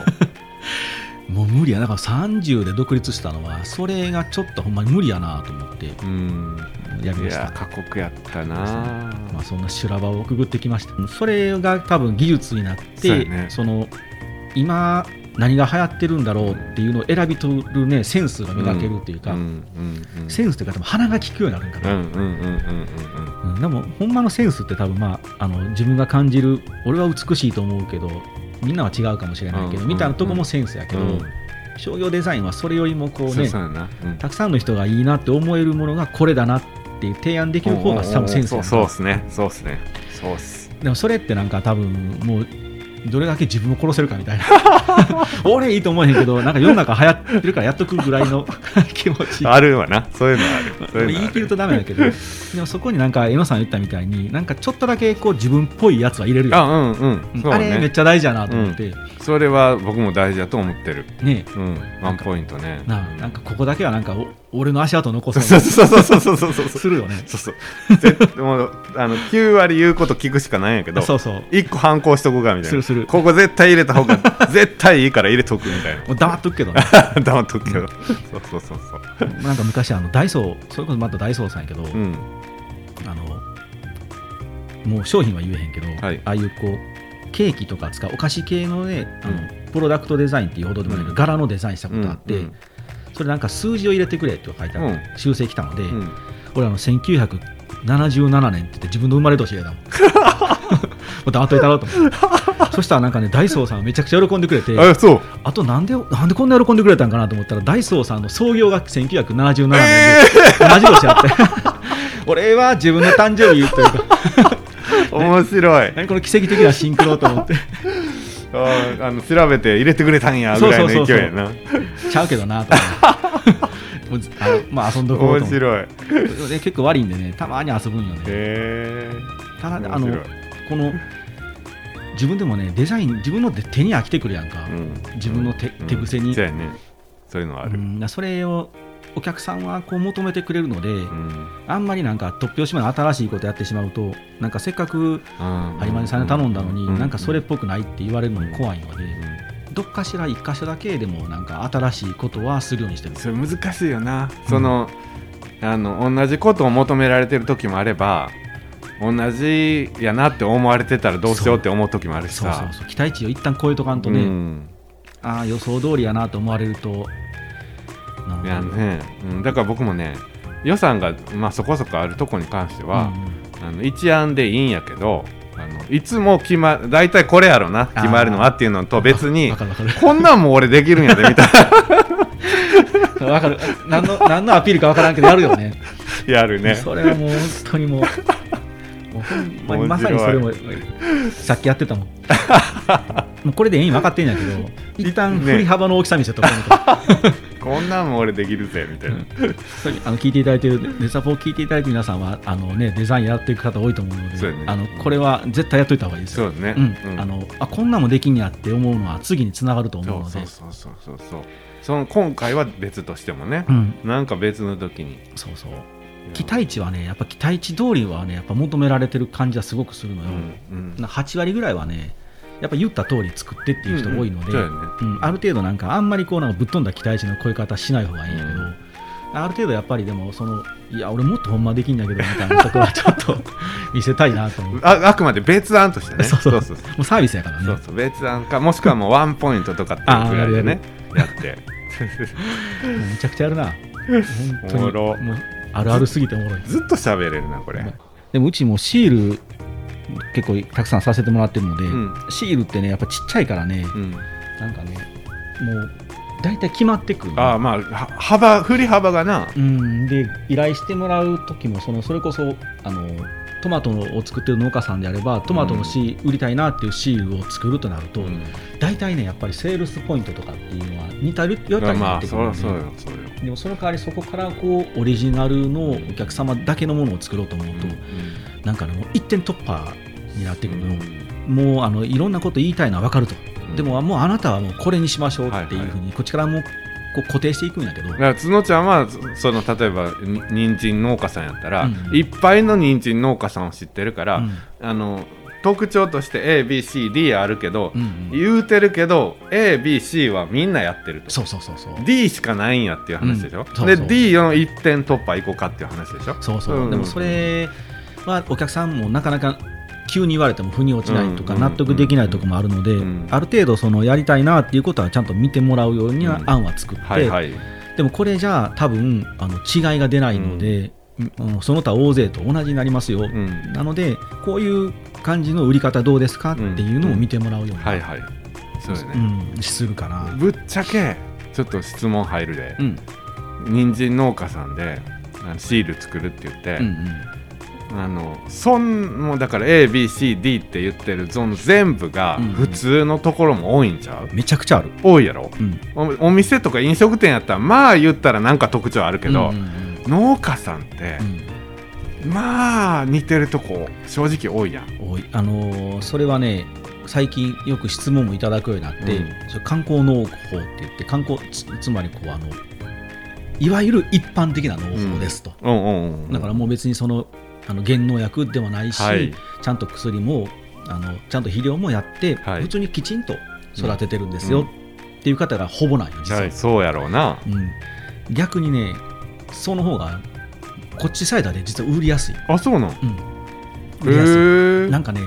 B: もう無理やだから30で独立したのはそれがちょっとほんまに無理やなと思って
A: うん
B: [LAUGHS] やり
A: い
B: まし
A: や
B: た
A: 過酷やったな
B: まあ、そんな修羅場をくぐってきましたそれが多分技術になっ
A: そうや
B: てそ,、
A: ね
B: の今何が流行ってるんだろうっていうのを選び取るねセンスが磨けるっていう
A: うん
B: か、
A: うんうんうん
B: センスというか多分鼻が利くようになるんか
A: う
B: な、
A: んうんうんうんうん
B: うんでもほんまのセンスって多分まああの自分が感じる俺は美しいと思うけどみんなは違うかもしれない
A: うんう
B: けど、
A: んうん
B: みたいなとこもセンスやけど、
A: うんうん
B: 商業デザインはそれよりもこう
A: そう
B: ね
A: そうやな、うん
B: たくさんの人がいいなって思えるものがこれだなっていう提案できる方が多分センスや
A: そ
B: な
A: うそうっすねそうっすねそうっす
B: でもそれってなんか多分もうどれだけ自分を殺せるかみ
A: [LAUGHS]
B: たいな俺いいと思えへんけどなんか世の中流行ってるからやっとくぐら
A: [LAUGHS]
B: いの気持 [LAUGHS] ち
A: あるわなそういうのあるそういうの
B: 言
A: あ
B: い切
A: る
B: るとダメだけどでもそこになんか江野さん言ったみたいになんかちょっとだけこう自分っぽいやつは入れるよ
A: あうんう
B: うん
A: んそう
B: あれめっ
A: ね
B: ちゃ大事やなと思って、
A: それは僕も大事だと思ってる
B: ね
A: うんワンポイントね
B: なあなんかここだけはなんかお俺の足跡残
A: そう
B: す
A: そうそうそうそうそうそうそう
B: するよね
A: そうそう絶もうあの9割言うこと聞くしかないんやけど
B: そうそう
A: 一個反抗しとこうかみたい
B: す
A: な
B: るする
A: ここ絶対入れた方
B: [LAUGHS]
A: が絶対いいから入れとくみたい
B: もう黙っとく
A: [LAUGHS]
B: けどね
A: な黙っとくけどそうそうそうそう
B: なんか昔あのダイソーそれこそまたダイソーさんやけど、
A: うん
B: あのもう商品は言えへんけど、
A: はい
B: ああいうこうケーキとか使うお菓子系のねあの、
A: う
B: プロダクトデザインっていうほどでもないけど、
A: うん
B: 柄のデザインしたことあって、
A: うん
B: それなんか数字を入れてくれって書いてあって、修正来たので、
A: うん
B: 俺あの1977年って言って自分の生まれ年入れたもんも
A: [LAUGHS]
B: う黙っといたろうと思ってそしたらなんかねダイソーさんがめちゃくちゃ喜んでくれて
A: あそう
B: あとなんでなんでこんな喜んでくれたんかなと思ったらダイソーさんの創業が1977年で、同じ年あって俺は自分の誕生日というか
A: [LAUGHS] 面白い
B: 何この奇跡的なシンクロと思って
A: ああの調べて入れてくれたんやぐらいの勢いやな
B: ちゃうけどなと思ってもうあのまあ遊んどこうと
A: 面
B: 思って
A: 白いへ
B: で結構悪いんでねたまに遊ぶんよね
A: え
B: ただね
A: 面
B: あの
A: 白い
B: この自分でもねデザイン自分の手に飽きてくるやんか、
A: うん
B: 自分の手,、
A: うん
B: 手癖に
A: そうやねそういうのはあ
B: う
A: る
B: んそれをお客さんはこう求めてくれるので、
A: うん
B: あんまりなんか突拍子もない新しいことやってしまうとなんかせっかく有馬さんに頼んだのに、
A: う
B: なんかそれっぽくないって言われるのも怖いので、どっかしら一箇所だけでもなんか新しいことはするようにしてるんです
A: それ難しいよな、そのあの同じことを求められてる時もあれば同じやなって思われてたらどうしようって思う時もあるし
B: そうそ
A: さ
B: うそう期待値を一旦超えとかんとね、
A: うん
B: ああ予想通りやなと思われるとなん
A: い
B: か
A: やねうん、だから僕もね予算が、まあ、そこそこあるとこに関しては、あの一案でいいんやけどあのいつも決ま大体これやろな決まるのはっていうのと別
B: うん
A: に
B: わかるわかる
A: こんなんも俺できるんやでみたい
B: わかる [LAUGHS] 何 [LAUGHS] の何のアピールかわからんけどやるよね
A: なやるね
B: それはもう本当にもうもうほんまにまさにそれもさっきやって
A: [LAUGHS]
B: たもんもうこれで意味分かってんやけど一旦振り幅の大きさ見せとこうみたいな、
A: こんなんも俺できるぜみたいな、
B: あの聞いていただいてるデザポを聞いていただいてる皆さんはあの、ね、デザインやっていく方多いと思うので
A: そうやね
B: あのこれは絶対やっといた方がいいです
A: そうね、
B: うん
A: うん
B: あのあこんなんもできんやって思うのは次につながると思うので
A: そうそうそうそうそうその今回は別としてもね、
B: うん、
A: なんか別の時に
B: そうそう期待値はねやっぱ期待値通りはねやっぱ求められてる感じはすごくするの
A: う
B: よ、
A: んうん
B: な8割ぐらいはねやっぱ言った通り作ってっていう人多いので、
A: うん
B: う
A: うんんそうやね
B: ある程度なんかあんまりこうなんかぶっ飛んだ期待値の超え方しない方がいいんやけど、
A: うん
B: ある程度やっぱりでもそのいや俺もっとほんまできんだけどみたいなところはちょっと見せたいなと思うも
A: ああくまで別案としてね
B: そうそう
A: そうそう
B: うサービスやからね
A: そうそう別案かもしくはもうワンポイントとかっていうぐらいでねやって
B: もうめちゃくちゃやるな本当
A: お
B: に
A: もろ
B: もうあるあるすぎておもろい
A: ずっと喋れるなこれ、
B: でもうちもシール結構たくさんさせてもらってるので、
A: うん
B: シールってねやっぱちっちゃいからね、
A: うん、
B: なんかねもう大体決まってくる
A: ああまあは幅振り幅がな
B: うん、で依頼してもらう時もそのそれこそあのトマトを作ってる農家さんであればトマトのシール、売りたいなっていうシールを作るとなると、
A: うん
B: 大体ねやっぱりセールスポイントとかっていうのは似たり寄ったりにな
A: ま
B: っ
A: あ
B: てく
A: そ
B: る
A: う
B: ので
A: そうよそうよ、
B: でもその代わりそこからこうオリジナルのお客様だけのものを作ろうと思うと、なんかねもう一点突破になってくるの、もうあのいろんなこと言いたいのは分かると、でももうあなたはもうこれにしましょうっていうふうに、こっちからもうこう固定していくんだけど
A: だから角ちゃんはその例えばに人参農家さんやったら、
B: うん
A: いっぱいの人参農家さんを知ってるから、
B: うん
A: あの特徴として ABCD あるけど、
B: うんうん
A: 言うてるけど ABC はみんなやってると
B: そうそうそうそう。
A: D しかないんやっていう話でしょ、
B: うんそうそう
A: で D の一点突破いこうかっていう話でしょ
B: そうそう、
A: うん
B: でもそれはお客さんもなかなか急に言われても腑に落ちないとか
A: うん
B: 納得できないとこもあるので、
A: うん
B: ある程度そのやりたいなっていうことはちゃんと見てもらうようには
A: うん
B: 案は作って、
A: はいはい、
B: でもこれじゃあ多分あの違いが出ないので、うんその他大勢と同じになります
A: う
B: よ、
A: ん、
B: なのでこういう感じの売り方どうですかっていうのを見てもらうように、
A: はいはいそうです
B: う
A: ね、
B: んするかな。
A: ぶっちゃけちょっと質問入るで
B: う、ん
A: 人参農家さんであのシール作るって言って、
B: うんうん
A: あのそんもうだから ABCD って言ってるその全部が
B: うん
A: 普通のところも多いんちゃう、
B: めちゃくちゃある、
A: 多いやろ
B: うん、
A: おお店とか飲食店やったらまあ言ったらなんか特徴あるけど、
B: うんうんうん
A: 農家さんって
B: う、ん
A: まあ似てるとこ正直多いやん
B: 多いあのーそれはね最近よく質問もいただくようになって、
A: うん
B: それ観光農法って言って観光つつまりこうあのいわゆる一般的な農法ですと、
A: うんうんうん
B: だからもう別にそのあの減農薬ではないし、
A: はい
B: ちゃんと薬もあのちゃんと肥料もやって、
A: はい
B: 普通にきちんと育ててるんですよ、っていう方がほぼない実は、
A: はいそうやろうな
B: うん、逆にねその方がこっちサイダーで実は売りやすい、
A: あそうなんへ
B: うん、
A: え
B: 売りやすい
A: ー
B: なんかね、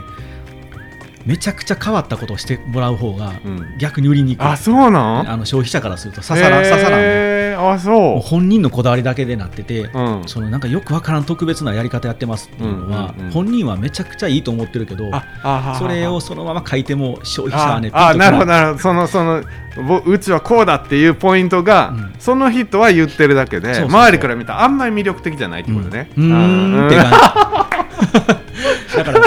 B: めちゃくちゃ変わったことをしてもらう方が
A: うん、
B: 逆に売りにくい。
A: あそうなん
B: あの消費者からするとささらんささらんね
A: へーあ
B: もう
A: そ
B: 本人のこだわりだけでなってて
A: う、、うん、
B: そのなんかよくわからん特別なやり方やってますっていうのは、
A: うんうんうん
B: 本人はめちゃくちゃいいと思ってるけど、
A: あ
B: それ
A: を
B: をそのまま書いても消費者
A: あ
B: はね、
A: あ
B: ピンと
A: なるほど
B: こい
A: なるほどそのそのぼうちはこうだっていうポイントが、
B: うん
A: その人は言ってるだけで
B: そうそう
A: 周りから見たらあんまり魅力的じゃないってことね、
B: うんうーんって
A: あ
B: 感じ。だから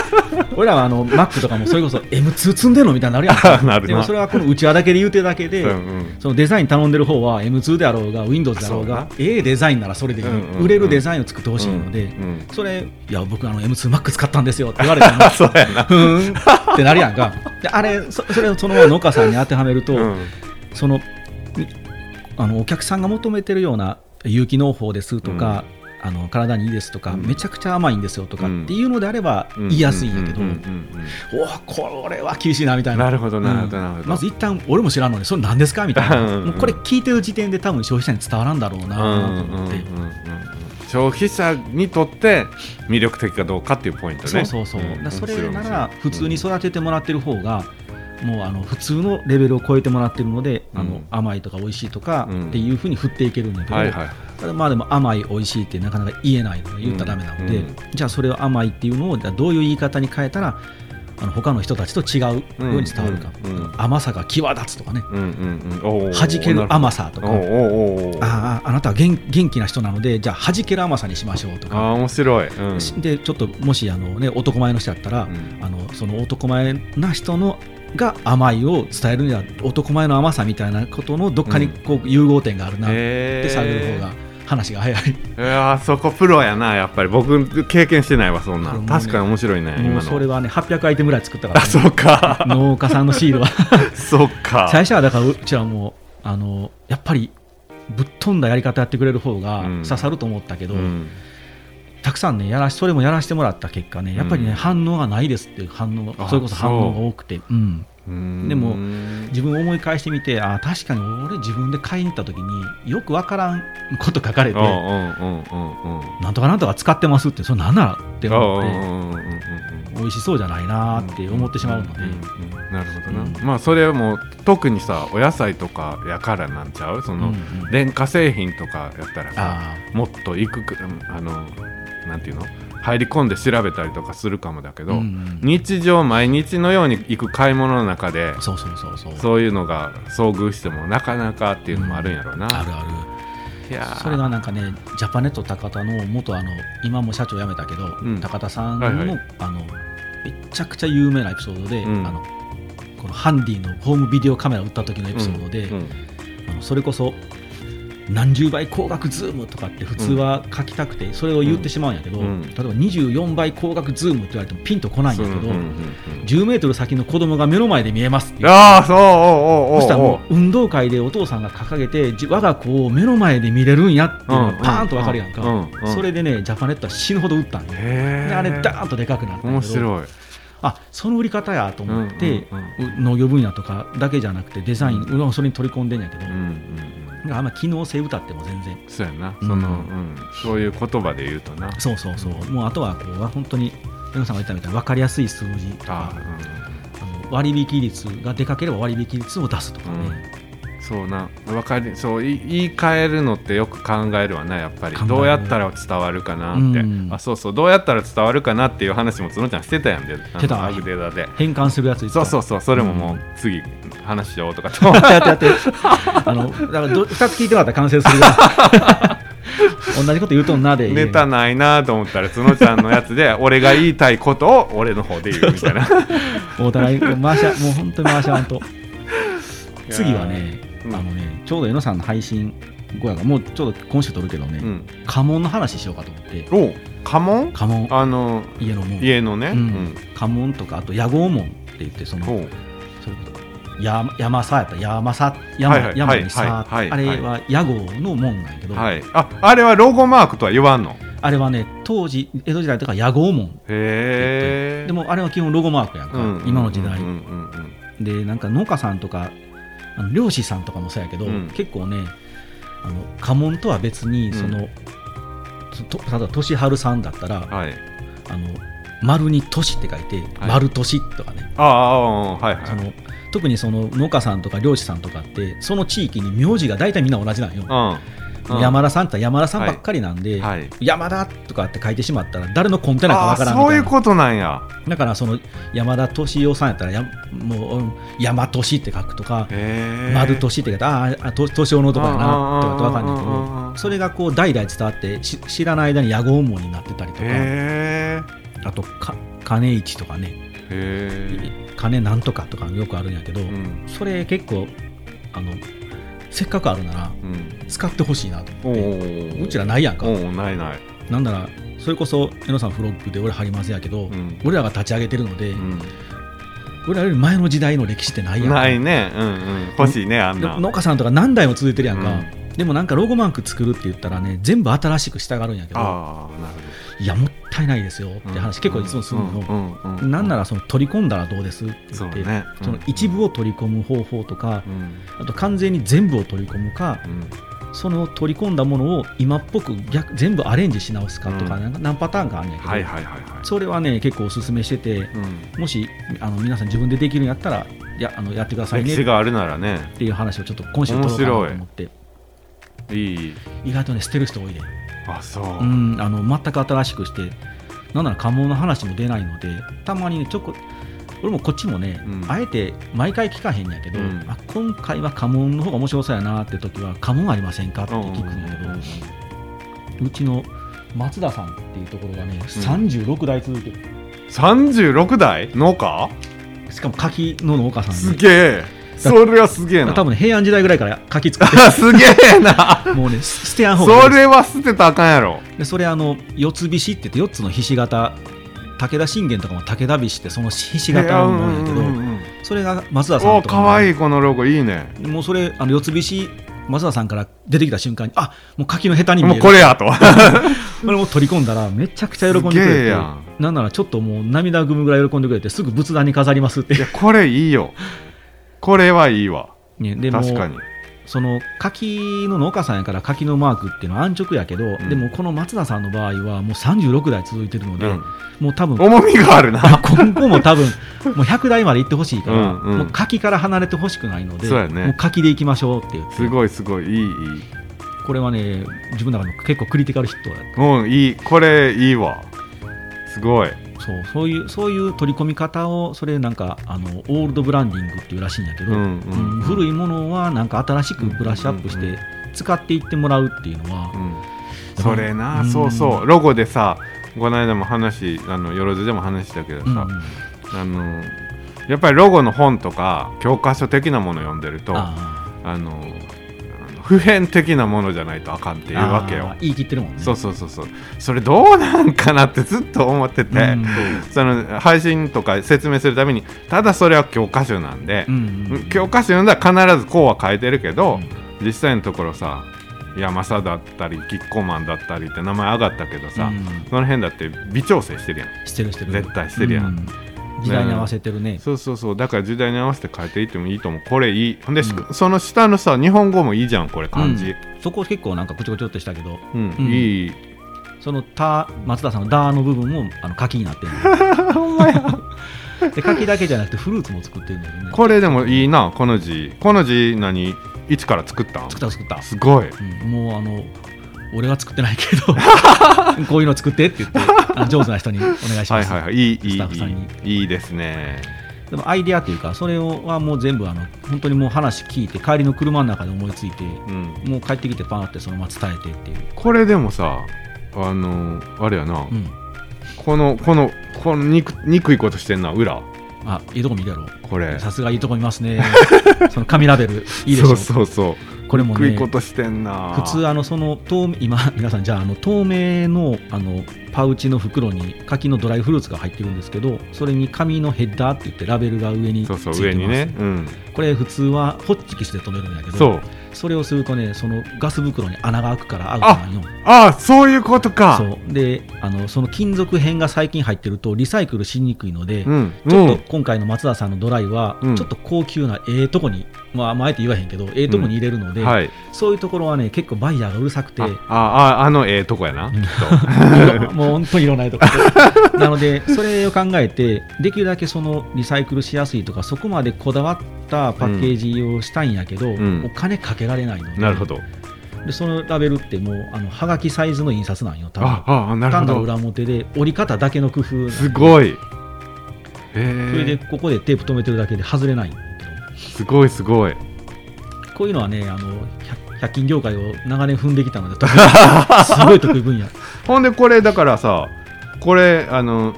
B: 俺らはあのマックとかもそれこそ M2 積んでんのみたいになるやん
A: あ [LAUGHS] なるな
B: でもそれはこのうちわだけで言うてるだけで、
A: ーうんうん
B: そのデザイン頼んでる方は M2 であろうが Windows だろう
A: そう
B: が
A: な
B: ええデザインならそれでいい、
A: うんうんうん
B: 売れるデザインを作ってほしいので、
A: うんうん
B: それいや僕あの M2Mac 使ったんですよって言われても
A: [LAUGHS] そうやな
B: ふーんってなるやんかであれそそれをそのまま農家さんに当てはめると、
A: うん
B: そのみあのお客さんが求めてるような有機農法ですとか、あの体にいいですとか、
A: うん
B: めちゃくちゃ甘いんですよとか
A: うん
B: っていうのであれば言いやすいんやけど、
A: ううんうん
B: おおこれは厳しいなみた
A: う
B: い
A: ん
B: な
A: なるほどなるほど
B: うん
A: なるほど、
B: まず一旦俺も知らんのにそれ何ですかみたい
A: うんうん
B: な
A: うん
B: もうこれ聞いてる時点で多分消費者に伝わらんだろうなと思って、
A: うんうんうんうん消費者にとって魅力的かどうかっていうポイントね
B: そうそうそう、
A: ん
B: だからそ
A: 面白い
B: れ
A: 面
B: な
A: 白い
B: ら普通に育ててもらってる方がもうあの普通のレベルを超えてもらってるので、あ
A: う
B: の
A: ん
B: 甘いとか美味しいとか
A: うん
B: っていうふうに振っていけるんだけど、
A: はいはい
B: ただまあでも甘い美味しいってなかなか言えないので言ったらダメなので、
A: うんうん
B: じゃあそれを甘いっていうのをじゃあどういう言い方に変えたらあの他の人たちと違うように伝わるか、
A: うんうん
B: 甘さが際立つとかね
A: うんうんうんおー
B: 弾ける甘さとか
A: おーおーおー
B: あああなたは元元気な人なのでじゃあ弾ける甘さにしましょうと
A: あ
B: か
A: ー面白い、うん
B: しでちょっともしあの、ね、男前の人だったら、
A: うん
B: あのその男前な人のが甘いを伝えるには男前の甘さみたいなことのどっかにこう融合点があるなって
A: え
B: 探る方が話が早い、
A: いやーそこプロやなやっぱり僕経験してないわそんな
B: これ
A: ん
B: もうね
A: 確かに面白いね
B: も
A: 今
B: うそれ
A: の
B: はね800アイテムぐらい作ったから
A: [LAUGHS] あ
B: ね、
A: そうか [LAUGHS]
B: 農家さんのシールは
A: そうか
B: 最初はだからうちはもうあのやっぱりぶっ飛んだやり方やってくれる方が
A: うん
B: 刺さると思ったけど、
A: うん
B: たくさんねやらしそれもやらせてもらった結果ねやっぱりね、
A: うん
B: 反応がないですっていう反応
A: あ
B: それこそ反応が多くてうん
A: うん
B: でも自分を思い返してみてあー確かに俺自分で買いに行った時によくわからんこと書かれ
A: うん
B: て
A: うんうんうんうん
B: なんとかなんとか使ってますってそれなんならって思って
A: うんうんうんうんうん
B: 美味しそうじゃないなーって思ってしまうので
A: んんうんなるほどな、
B: うん
A: まあそれはもう特にさお野菜とかやからなんちゃうその、
B: うんうん
A: 電化製品とかやったらさ
B: あ
A: もっといくくうんあのなんていうの入り込んで調べたりとかするかもだけ
B: ー
A: ど、
B: うんうん
A: 日常毎日のように行く買い物の中で
B: そうそうそうそう
A: そういうのが遭遇してもなかなかっていうのもあるんやろうな、
B: あるあ
A: いや
B: る
A: ー
B: それがなんかねジャパネット高田の元あの今も社長辞めたけど、
A: ん
B: 高田さんの,、
A: はいはい
B: あのめちゃくちゃ有名なエピソードで、
A: うん
B: あのこのハンディのホームビデオカメラ売った時のエ
A: うん
B: ピソードで、
A: うん
B: あのそれこそ何十倍光学ズームとかって普通は書きたくてそれを言ってしまうんやけど、
A: うん
B: 例えば24倍光学ズームって言われてもピンとこないんやけど、
A: うんうんうん
B: [LAUGHS]
A: うん
B: 10メートル先の子供が目の前で見えますっていう
A: ああそうおうおうおうおう
B: そしたらもう運動会でお父さんが掲げてじ我が子を目の前で見れるんやっていうのがパーンと分かるやんか、
A: うんうんうん
B: それでねジャパネットは死ぬほど打ったんで
A: へ
B: で
A: ー
B: あれダーンとでかくなったんや
A: 面
B: けど
A: 白い
B: あその売り方やと思って、
A: うんうん
B: う農業分野とかだけじゃなくてデザイン、うわそれに取り込んでんやけど、
A: うんうんうん
B: あんま機能性歌っても全然
A: そうやな、
B: うん
A: その、うん、そういう言葉で言うとな。
B: そうそうそう、もうあとはこう本当に、江野さんが言ったみたいに分かりやすい数字と
A: あ
B: か、
A: ー
B: あの割引率がでかければ割引率を出すとかね、
A: うん、そうな、わかり、そう、い言い換えるのってよく考えるわな、やっぱり
B: 考え。る
A: どうやったら伝わるかなって、
B: うん
A: あ、そうそう、どうやったら伝わるかなっていう話もつのちゃんしてたやんで。
B: してた
A: あのアグデーダで。
B: 変換するやついっ
A: そ
B: ぱ
A: う
B: い
A: そうそう、それももう、次、話しようとかと。
B: やってやってやって、あのだからど2つ聞いてもらったら完成するが、同じこと言うとんなで、
A: ネタないなと思ったら、つのちゃんのやつ
B: [LAUGHS]
A: で、俺が言いたいことを、俺の方で言うみたいな。
B: お互い回し合もう本当に回し合わんと。
A: ー
B: [LAUGHS] 次はね、
A: うん
B: あのね、ちょうど江野さんの配信後やから、もうちょうど今週撮るけどね、
A: うん、
B: 家紋の話しようかと思って、
A: お、家紋。
B: 家紋、
A: あの、
B: 家の門。
A: 家のね。
B: うん家紋とかあと屋号門って言ってその
A: うん。お。
B: それこそや山さやったら山さ山,、
A: はいはい
B: 山にさ、
A: はい
B: あ
A: はい
B: れ
A: はい
B: は屋号の門なんやけど、
A: はい、ああれはロゴマークとは言わんの
B: あれはね当時江戸時代とか屋号門
A: へえ
B: でもあれは基本ロゴマークやんか、
A: うん
B: 今の時代、
A: うんうんうん
B: でなんか農家さんとかあの漁師さんとかもそうやけど、
A: うん
B: 結構ねあの家紋とは別にその、そと例えば年春さんだったら、
A: うんはい
B: あの丸に年って書いて、
A: はい
B: 丸年とかね
A: ああああはいは
B: そ
A: い
B: の特にその農家さんとか漁師さんとかってその地域に名字が大体みんな同じなんよ、
A: うんうん
B: 山田さんって山田さんばっかりなんで、
A: はい
B: 山田とかって書いてしまったら誰のコンテナかわ
A: あ
B: からんみ
A: そう
B: た
A: い
B: いうな
A: ことなんや
B: だからその山田敏夫さんやったらやもううん山敏って書くとか
A: へえ
B: 丸敏って書いてあーあと敏夫のとかやなとかってわかんないけ
A: うんうんうんう
B: ど
A: ん
B: それがこう代々伝わってし知らない間に屋号門になってたりとか
A: へ
B: あとか金市とかね
A: えへ
B: 金なんとかとかよくあるんやけど、
A: えうん
B: それ結構あのせっかくあるなら
A: うん
B: 使ってほしいなと
A: お
B: 思って
A: お
B: うちらないやんか
A: おおないない
B: なんならそれこそ江野さんフロッグで俺張りませんやけど、
A: うん
B: 俺らが立ち上げてるので、
A: うん
B: 俺らより前の時代の歴史ってないやんか
A: ないねうんうん欲しいねあんな
B: の農家さんとか何代も続いてるやんか、
A: う
B: でもなんかロゴマーク作るって言ったらね全部新しくしたがるんやけど
A: ああなるほ
B: いやもったいないですよって
A: ど
B: 話、結構いつもするの、
A: の
B: なんな
A: ら
B: らその取り込んだらどうですって
A: そ
B: 言
A: う
B: って
A: ね
B: その一部を取り込む方法とか
A: う、ん
B: あと完全に全部を取り込むか、
A: うん
B: その取り込んだものを今っぽく逆全部アレンジし直すかとか、
A: うん
B: なんか何パターンかあるんやけど、
A: はいはいはいはい
B: それはね結構おすすめしてて
A: うん
B: もしあの皆さん自分でできるんやったらやあのやってください
A: 歴
B: ね
A: 史
B: っ
A: があるならね
B: ていう話をちょっと今週取ろうかなと思って
A: いい
B: 意外とね捨てる人多いで、
A: あそう、
B: うん、あの全く新しくしてなんなら家紋の話も出ないのでたまにねちょこれもこっちもね、
A: うん
B: あえて毎回聞かへんやけど、
A: うん
B: あ今回は家紋の方が面白そうやなって時は家紋ありませんかって聞くんやけど、うちの松田さんっていうところがね、36代続けて
A: 36代農家
B: るしかも柿の農家さん
A: す
B: で
A: げえそれはすげえな
B: 多分ね平安時代ぐらいから柿作っ
A: [LAUGHS] すげえ
B: [LAUGHS]
A: な
B: てもうねスステアホー
A: そ
B: ムで
A: れは捨てたらあかんやろ
B: でそれあの四つ菱って言って4つのひし形武田信玄とかも武田菱ってそのひし形のもんやけど、
A: うんうんうん
B: それが松田さん
A: お
B: とか
A: か
B: も
A: わいいこのロゴいいね
B: もうそれあの四つ菱松田さんから出てきた瞬間にあもう柿の下手に見
A: も
B: える
A: うこれやと
B: これも取り込んだらめちゃくちゃ喜んでく
A: すげ
B: れ
A: え
B: て
A: や
B: なんんならちょっともう涙ぐむぐらい喜んでくれてすぐ仏壇に飾りますって
A: いやこれいいよこれはいいわ
B: [LAUGHS] ねでも
A: 確かに
B: その柿の農家さんやから柿のマークっていうのは安直やけど、
A: ん
B: でもこの松田さんの場合はもう36代続いてるので、
A: うん
B: もう多分
A: 重みがあるな
B: [LAUGHS] 今後も多分もう100代まで行ってほしいから、
A: うんうん
B: もう柿から離れてほしくないので
A: そうやね
B: もう柿でいきましょうっていう
A: すごいすごいいいいい
B: これはね自分の中の結構クリティカルヒットだ
A: うんいいこれいいわすごい
B: そうそういうそういう取り込み方をそれなんかあのオールドブランディングっていうらしいんやけど、
A: うんうん
B: うん古いものはなんか新しくブラッシュアップし
A: うんうん
B: て使っていってもらうっていうのは、
A: うんそれな、
B: うん
A: そうそうロゴでさこの間も話あのよろずでも話したけど
B: うんう
A: さ、
B: ん
A: あのやっぱりロゴの本とか教科書的なもの読んでるとあ
B: あ
A: のあの普遍的なものじゃないとあかんって
B: ー
A: いうわけよ
B: あー言い切ってるもんね
A: そうそうそうそうそれどうなんかなってずっと思ってて、
B: うん
A: その配信とか説明するためにただそれは教科書なんで、
B: うんうん
A: 教科書読んだら必ずこうは書いてるけど、
B: う
A: 実際のところさ山佐だったりキッコーマンだったりって名前上がったけどさ、
B: うん
A: その辺だって微調整してるやん
B: してるしてる
A: 絶対してるやん
B: うん時代に合わせてるね
A: そうそうそうだから時代に合わせて変えていってもいいと思うこれいいほんで、しその下のさ日本語もいいじゃんこれ漢字
B: うんそこ結構なんかこちょこちょっとしたけど
A: うん、
B: うん
A: いい
B: そのた松田さんの「だ」の部分もあの柿にな
A: [LAUGHS]
B: ってるので柿だけじゃなくてフルーツも作ってるんだよね
A: これでもいいなこの字この字何一から作ったん
B: 作った作った
A: すごい
B: うんもうあの俺は作ってない
A: [LAUGHS]
B: けどこういうの作ってって言ってあの上手な人にお願いします、
A: はいはいはいいいい
B: スタッフさんに
A: いいいいですね
B: でもアイデアというかそれをはもう全部あの本当にもう話聞いて帰りの車の中で思いついて
A: うん
B: もう帰ってきてパーってそのまま伝えてっていう、
A: これでもさあのあれやな、
B: うん、
A: このこのこの憎憎いことしてんな裏
B: あいいとこ見るやろ
A: これ
B: さすがいいとこ見ます
A: [LAUGHS]
B: ねその紙ラベルいいでしょ
A: そうそうそう
B: これも
A: 憎
B: ね
A: いことしてんな
B: 普通あのその透明今皆さんじゃああの透明のあのパウチの袋に柿のドライフルーツが入ってるんですけどそれに紙のヘッダーって言ってラベルが上について
A: そ
B: ま
A: う
B: す
A: そう上にねうん
B: これ普通はホッチキスで止めるんだけど
A: そう
B: それをするとねそのガス袋に穴が開くからアウトなんよ
A: ああそういうことか
B: そうであのその金属片が最近入ってるとリサイクルしにくいので、
A: うん
B: ちょっ
A: うん
B: と今回の松田さんのドライは、
A: うん
B: ちょっと高級なええとこに、まあ、まああえて言わへんけど、ええとこに入れるので、
A: はい
B: そういうところはね、結構バイヤーがうるさくて、
A: ああああのええとこやな
B: うんいろもう本当にいろんなとこ
A: [LAUGHS]
B: ろなので、それを考えて、できるだけそのリサイクルしやすいとか、そこまでこだわったパッケージをしたいんやけど、
A: ん
B: お金かけられないので、
A: なるほど
B: でそのラベルってもうあの、はがきサイズの印刷なんよ、多分
A: あああなる
B: 単なる
A: ほど
B: 裏表で、折り方だけの工夫なんです
A: ごいえ
B: それで
A: ー、
B: ここでテープ止めてるだけで外れないんだけど。
A: すごいすごい
B: こういうのはね、あの百百均業界を長年踏んできた
A: [LAUGHS]
B: ので、得意すごい得意分野。
A: ほんでこれだからさこれあの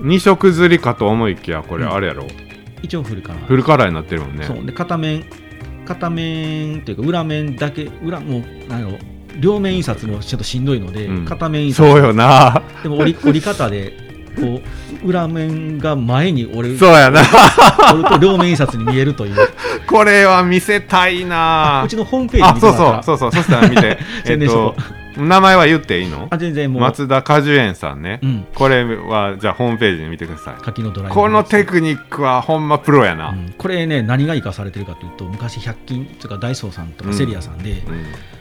A: 二色刷りかと思いきやこれ
B: うん
A: あれやろ、
B: 一応フルかな。
A: フルカラーになってるもんね
B: そうで片面、片面というか裏面だけ、裏もうなんやろ両面印刷もちょっとしんどいので、
A: うん
B: 片面印刷。
A: そうよな
B: でも折り折り方で。こう裏面が前に折れる
A: そうやな
B: 折ると両面印刷に見えるという
A: これは見せたいな
B: うちのホームページ
A: あ
B: 見て
A: そ
B: も
A: う
B: ら
A: そ
B: っ
A: う
B: た
A: そうそうそしたら見
B: [LAUGHS]
A: てえ
B: 宣
A: っ
B: 伝しと
A: と
B: こ
A: 名前は言っていいの
B: あ全然もう、
A: 松田果樹園さんね、
B: うん、
A: これはじゃあホームページで見てください
B: 柿のドライブ
A: このテクニックはほんまプロやな、
B: うんこれね何が生かされてるかというと昔100均とかダイソーさんと
A: うん
B: かセリアさんで、
A: うん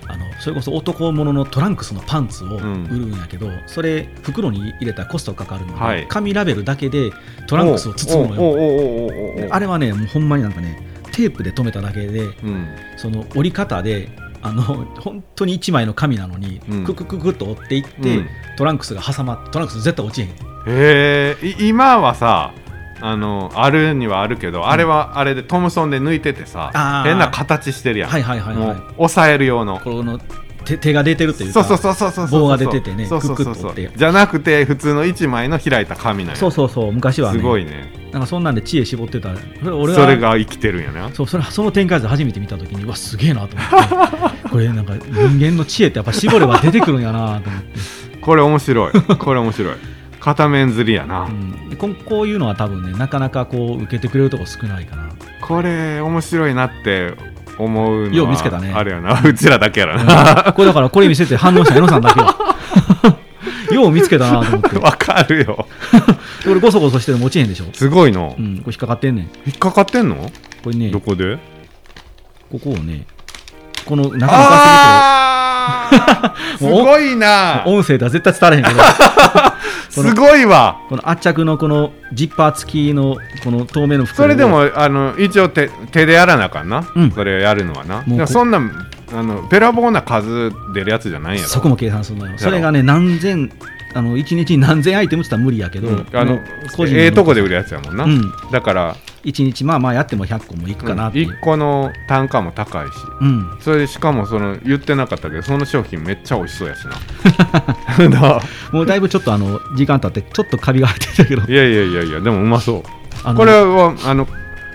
B: あのそれこそ男物のトランクスのパンツを売
A: ん
B: るんやけど、それ袋に入れたらコストかかるので、
A: はい
B: 紙ラベルだけでトランクスを包
A: お
B: むのよ
A: おおおおおお
B: あれはねもうほんまになんかねテープで留めただけで
A: うん
B: その折り方であの本当に1枚の紙なのに、
A: うん
B: ククククっと折っていって、
A: うん
B: トランクスが挟まってトランクス絶対落ちへん
A: へえい今はさ
C: あのあるにはあるけど、あれはあれでトムソンで抜いててさ
B: あー
C: 変な形してるやん、
B: はいはいはい
C: も
B: は
C: う抑える用の
B: い。この手手が出てるという
C: そ
B: か。
C: うそうそうそうそう
B: 棒が出ててね
C: そうそうそう
B: クク
C: そ
B: ッと折
C: う
B: って
C: じゃなくて普通の一枚の開いた紙なんや
B: そうそうそう昔はね。
C: すごいね
B: なんかそんなんで知恵絞ってた。それ俺は
C: それが生きてるんやな
B: そうそれその展開図初めて見たときにうわすげえなと思
C: [LAUGHS]
B: って。これなんか人間の知恵ってやっぱ絞れば出てくるんやなと思って。
C: これ面白いこれ面白い片面ずりやな、
B: うんでこんこういうのは多分ねなかなかこう受けてくれるとこ少ない
C: [LAUGHS]
B: かな。
C: これ面白いなって思うのは
B: よう見つけたね
C: あれやな [LAUGHS] うちらだけやらな
B: うんこれだからこれ見せて反応した江野さんだけは。
C: [LAUGHS]
B: よう見つけたなと思って。
C: わかるよ
B: で俺ごそごそしてるの落ちへんでしょ。
C: すごいの、
B: うん、これ引っかかってんねん。
C: 引っかかってんの
B: これね、
C: どこで
B: ここをね、この中のか
C: あーす
B: [LAUGHS] もう
C: ごいな
B: すぎて、音声では絶対伝われへんけど、
C: すごいわ
B: この圧着のこのジッパー付きのこの透明の袋
C: そ
B: を
C: れで、もあの一応手手でやらなあかんな、
B: うん
C: それをやるのはな
B: うこ
C: でもそんなあのべらぼうな数出るやつじゃないんやろ
B: そこも計算するのよ。
C: ろ
B: それがね、何千、あの1日に何千アイテムって言ったら無理やけど、
C: うんあの
B: もう個人の
C: ええとこで売るやつやもんな、
B: うん
C: だから
B: 1日、まあまあやっても100個もいくかなっていう
C: 1。個の単価も高いし
B: うん、
C: それでしかもその言ってなかったけどその商品めっちゃ美味しそうやしな
B: [LAUGHS]
C: あの
B: もうだいぶちょっとあの時間経って、ちょっとカビが入ってき
C: [LAUGHS]
B: たけど、
C: いやいやいやいやでもうまそう
B: あの
C: これはあの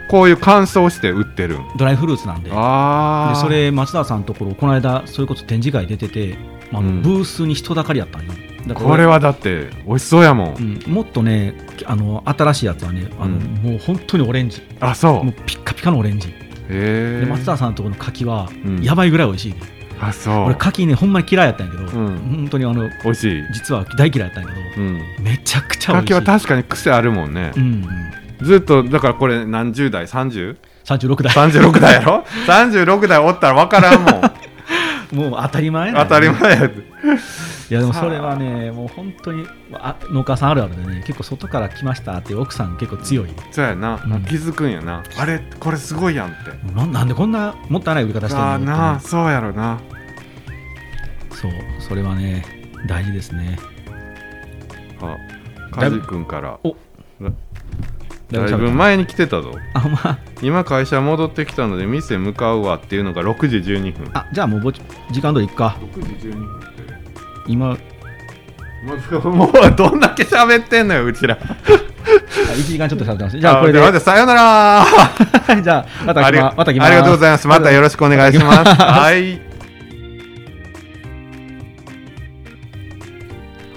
C: こういう乾燥して売ってるん
B: ドライフルーツなんで、で
C: ああ
B: それ、松田さんのところ、この間、それこそ展示会出てて、まああの
C: うん
B: ブースに人だかりやったんよ。だから
C: これはだって美味しそうやもん、
B: うんもっとねあの新しいやつはねあの、
C: うん
B: もう本当にオレンジ
C: あそ
B: も
C: う
B: うピッカピカのオレンジ、
C: へえ
B: で松田さんのところの柿は、
C: うん
B: やばいぐらい美味しいね
C: あそう
B: 俺柿ねほんまに嫌いやったんやけど、
C: ん
B: 本当にあの
C: 美味しい、
B: 実は大嫌いやったんやけ
C: う
B: ど、
C: ん、
B: めちゃくちゃ美味しい
C: 柿は確かに癖あるもんね
B: う、ん、
C: ずっとだからこれ何十代 30?36
B: 36代
C: 代やろ36代おったら分からんもん
B: [LAUGHS] もう当たり前
C: 当たり前やで
B: いやでもそれはねもう本当にあ農家さんあるあるでね結構外から来ましたっていう奥さん結構強い、
C: そうやな、
B: うん
C: 気づくんやなあれこれすごいやんって
B: ななんでこんなもったいない売り方してる
C: ああ
B: のって
C: なあそうやろな
B: そうそれはね大事ですね
C: あ
B: だい
C: 梶
B: ぶ
C: 君から
B: お
C: だい
B: 喋った
C: ぶ前に来てたぞ
B: あほんま
C: 今会社戻ってきたので店向かうわっていうのが6時12分
B: あじゃあもうぼち時間通り行くか
C: 6時12分って
B: 今あ
C: もうどんだけ喋ってんのようちら
B: 1時間ちょっと喋ってますじゃあこれで
C: [LAUGHS] あ待ってさよなら
B: [LAUGHS] じゃあまた
C: あり
B: 来ままた来ます
C: ありがとうございます。またよろしくお願いします。はい。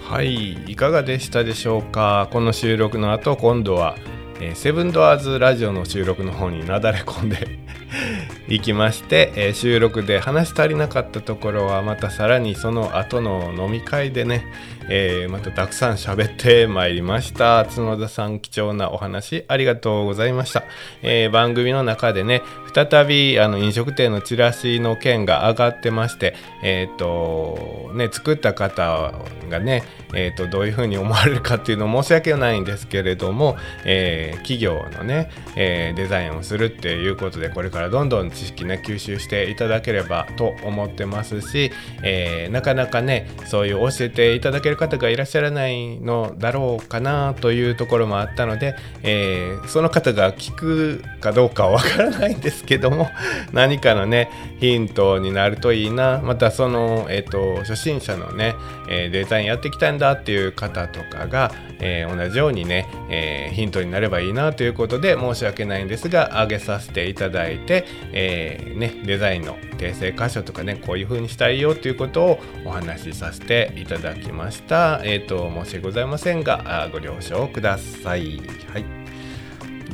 A: はいいかがでしたでしょうかこの収録の後今度は、えーセブンドアーズラジオの収録の方になだれ込んで [LAUGHS] いきまして、えー収録で話し足りなかったところはまたさらにその後の飲み会でね、えーまたたくさん喋ってまいりました角田さん貴重なお話ありがとうございました、えー番組の中でね再びあの飲食店のチラシの件が上がってましてえっ、とね作った方がね、えー、とどういうふうに思われるかっていうの申し訳ないんですけれども、えー企業のね、えーデザインをするっていうことでこれからどんどん知識ね吸収していただければと思ってますし、えーなかなかねそういう教えていただける方がいらっしゃらないのだろうかなというところもあったので、えーその方が聞くかどうかはわからないんですけども [LAUGHS] 何かのねヒントになるといいなまたその、えっと初心者のね、えーデザインやってきたんだっていう方とかが、えー同じようにね、えーヒントになればいいなということで申し訳ないんですが挙げさせていただいて、えーね、デザインの訂正箇所とかねこういう風にしたいよということをお話しさせていただきました、えっと申し訳ございませんがあーご了承ください。はい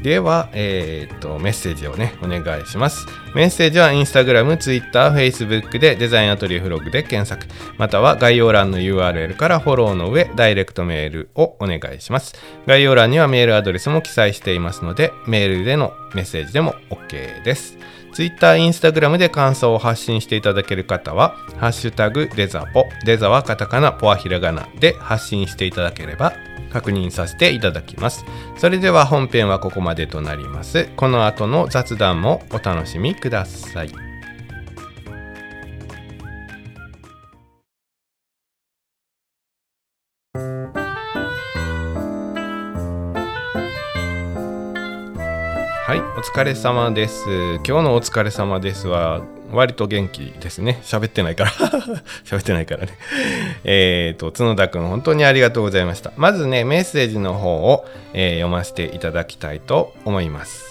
A: では、えーっとメッセージをねお願いしますメッセージはインスタグラム、ツイッター、フェイスブックでデザインアトリエフログで検索または概要欄の URL からフォローの上ダイレクトメールをお願いします概要欄にはメールアドレスも記載していますのでメールでのメッセージでも OK ですツイッター、インスタグラムで感想を発信していただける方は、ハッシュタグデザポ、デザはカタカナ、ポはひらがなで発信していただければ確認させていただきます。それでは本編はここまでとなります。この後の雑談もお楽しみください。はい、お疲れ様です。今日のお疲れ様ですは、割と元気ですね。喋ってないから。 [LAUGHS] 喋ってないからね。えっと、角田くん、本当にありがとうございました。まずね、メッセージの方を、えー読ませていただきたいと思います。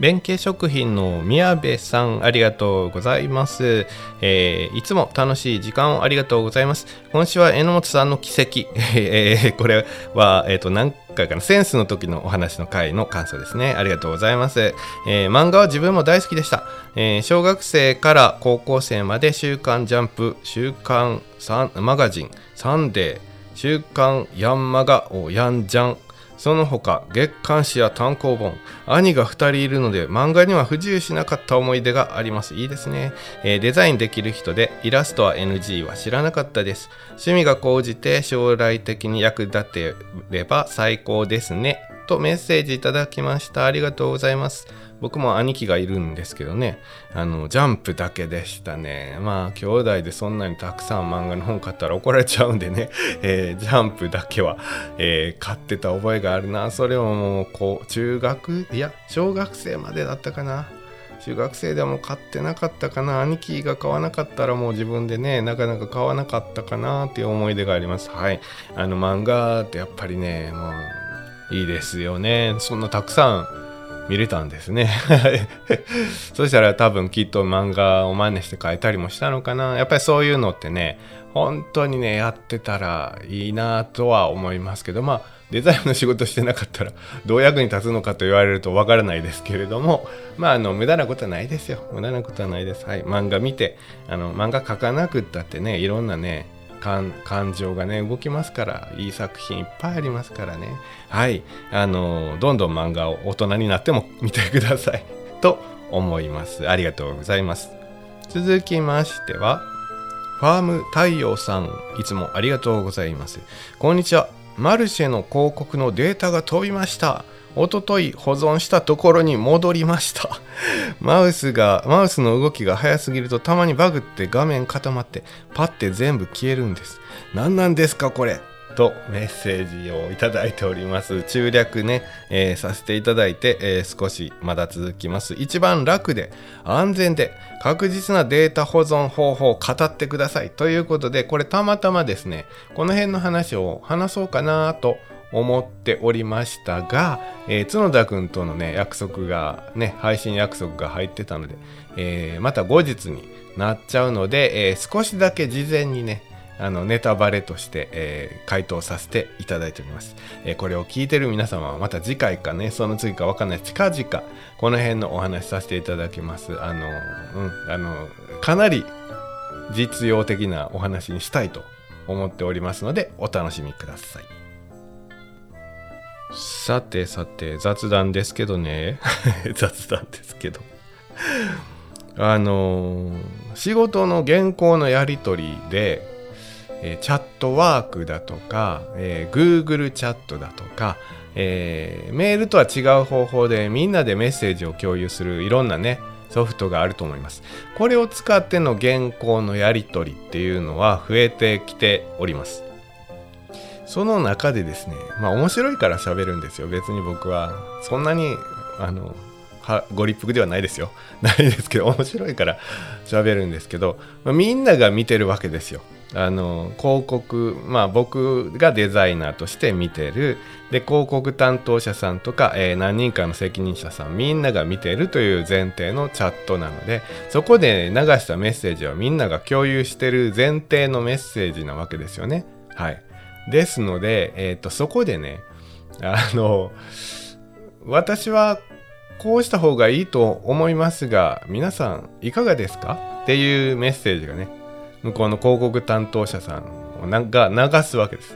A: 弁慶食品の宮部さんありがとうございます、えーいつも楽しい時間をありがとうございます今週は榎本さんの奇跡、 [LAUGHS] えーこれは、えー、と何回かなセンスの時のお話の回の感想ですねありがとうございます、えー漫画は自分も大好きでした、えー小学生から高校生まで「週刊ジャンプ」「週刊サンマガジン」「サンデー」「週刊ヤンマガ」を「ヤンジャン」その他月刊誌や単行本兄が2人いるので漫画には不自由しなかった思い出がありますいいですね、えーデザインできる人でイラストは NG は知らなかったです趣味が高じて将来的に役立てれば最高ですねとメッセージいただきましたありがとうございます僕も兄貴がいるんですけどねあのジャンプだけでしたねまあ兄弟でそんなにたくさん漫画の本買ったら怒られちゃうんでね、えージャンプだけは、えー買ってた覚えがあるなそれをもうこう中学いや小学生までだったかな中学生でも買ってなかったかな兄貴が買わなかったらもう自分でねなかなか買わなかったかなっていう思い出がありますはいあの漫画ってやっぱりねもういいですよねそんなたくさん見れたんですね [LAUGHS] そしたら多分きっと漫画を真似して変えたりもしたのかなやっぱりそういうのってね本当にねやってたらいいなとは思いますけどまあデザインの仕事してなかったら [LAUGHS] どう役に立つのかと言われるとわからないですけれどもまああの無駄なことはないですよ無駄なことはないですはい漫画見てあの漫画描かなくったってねいろんなね感感情がね動きますからいい作品いっぱいありますからねはいあのどんどん漫画を大人になっても見てくださいと思いますありがとうございます続きましてはファーム太陽さんいつもありがとうございますこんにちはマルシェの広告のデータが飛びましたおととい保存したところに戻りました [LAUGHS] マウスがマウスの動きが速すぎるとたまにバグって画面固まってパッて全部消えるんです何なんですかこれとメッセージをいただいております中略ね、えーさせていただいて、えー少しまだ続きます一番楽で安全で確実なデータ保存方法を語ってくださいということでこれたまたまですねこの辺の話を話そうかなと思っておりましたが、えー角田くんとのね約束がね配信約束が入ってたので、えーまた後日になっちゃうので、えー少しだけ事前にねあのネタバレとして、えー回答させていただいております、えーこれを聞いてる皆様はまた次回かねその次かわかんない近々この辺のお話しさせていただきますあのうんあのかなり実用的なお話にしたいと思っておりますのでお楽しみくださいさてさて雑談ですけどね [LAUGHS] 雑談ですけどあのー仕事の原稿のやり取りで、えーチャットワークだとか、えー Google チャットだとか、えーメールとは違う方法でみんなでメッセージを共有するいろんなねソフトがあると思いますこれを使っての原稿のやり取りっていうのは増えてきておりますその中でですね、まあ面白いから喋るんですよ。別に僕は。そんなに、あの、はご立腹ではないですよ。 [LAUGHS] ないですけど、面白いから喋るんですけど、まあみんなが見てるわけですよ。あの、広告、まあ僕がデザイナーとして見てる、で、広告担当者さんとか、えー何人かの責任者さん、みんなが見てるという前提のチャットなので、そこで流したメッセージはみんなが共有してる前提のメッセージなわけですよね。はい。ですので、えー、とそこでねあの私はこうした方がいいと思いますが皆さんいかがですかっていうメッセージがね向こうの広告担当者さんをなが流すわけです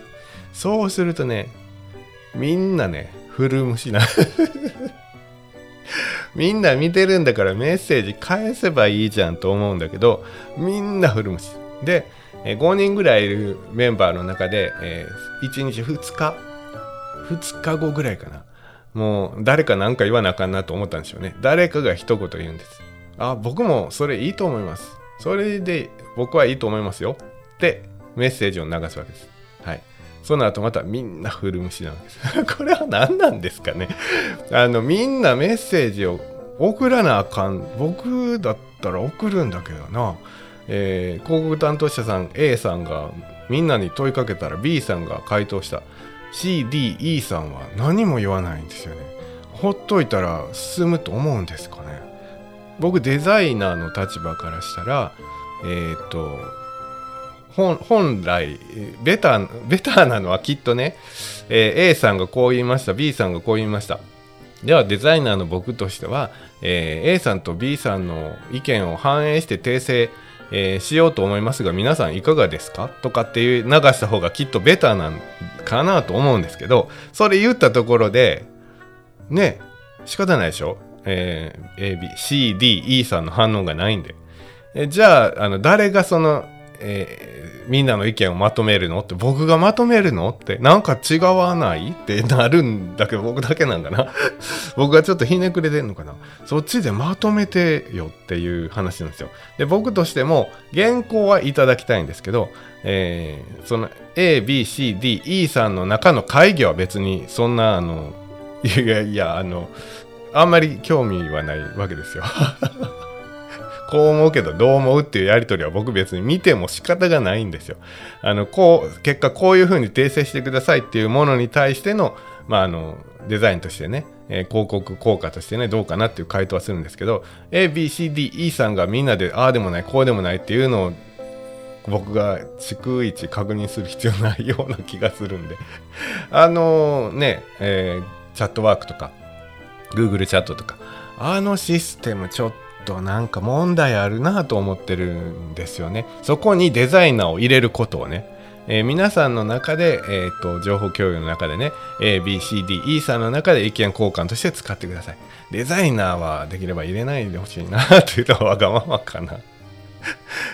A: そうするとねみんなね古虫な [LAUGHS] みんな見てるんだからメッセージ返せばいいじゃんと思うんだけどみんな古虫でえー5人ぐらいいるメンバーの中で、えー1日2日2日後ぐらいかなもう誰か何か言わなあかんなと思ったんでしょうね誰かが一言言うんですあ僕もそれいいと思いますそれで僕はいいと思いますよってメッセージを流すわけですはいその後またみんな古虫なんです [LAUGHS] これは何なんですかねあのみんなメッセージを送らなあかん僕だったら送るんだけどな、えー広告担当者さん A さんがみんなに問いかけたら B さんが回答した CDE さんは何も言わないんですよねほっといたら進むと思うんですかね僕デザイナーの立場からしたらえーっと本本来えーベタベタなのはきっとね、えー A さんがこう言いました B さんがこう言いましたではデザイナーの僕としては、えー A さんと B さんの意見を反映して訂正、えーしようと思いますが皆さんいかがですかとかっていう流した方がきっとベターなんかなと思うんですけどそれ言ったところでね仕方ないでしょ、えー、ABCDE さんの反応がないんでえじゃああの誰がその、えーみんなの意見をまとめるのって僕がまとめるのってなんか違わないってなるんだけど僕だけなんかな僕がちょっとひねくれてんのかなそっちでまとめてよっていう話なんですよで僕としても原稿はいただきたいんですけど、えーその ABCDE さんの中の会議は別にそんなあのいやいやいやあのあんまり興味はないわけですよ [LAUGHS] こう思うけどどう思うっていうやり取りは僕別に見ても仕方がないんですよ。あのこう結果こういうふうに訂正してくださいっていうものに対しての,、まあ、あのデザインとしてね、えー広告効果としてねどうかなっていう回答はするんですけど ABCDE さんがみんなでああでもないこうでもないっていうのを僕が逐一確認する必要ないような気がするんで [LAUGHS] あのね、えーチャットワークとか Google チャットとかあのシステムちょっとなんか問題あるなと思ってるんですよねそこにデザイナーを入れることをね、えー皆さんの中で、えーと情報共有の中でね ABCDE さんの中で意見交換として使ってくださいデザイナーはできれば入れないでほしいなっていうのはわがままかな [LAUGHS]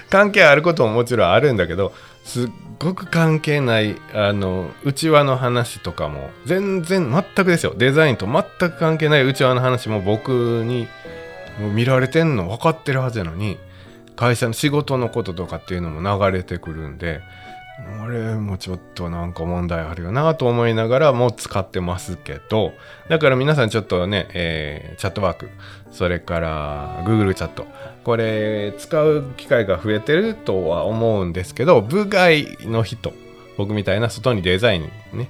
A: 関係あることももちろんあるんだけどすっごく関係ないあのうちわの話とかも全然全くですよデザインと全く関係ないうちわの話も僕にもう見られてんの分かってるはずやのに会社の仕事のこととかっていうのも流れてくるんであれもちょっとなんか問題あるよなと思いながらもう使ってますけどだから皆さんちょっとね、えーチャットワークそれから Google チャットこれ使う機会が増えてるとは思うんですけど部外の人僕みたいな外にデザインね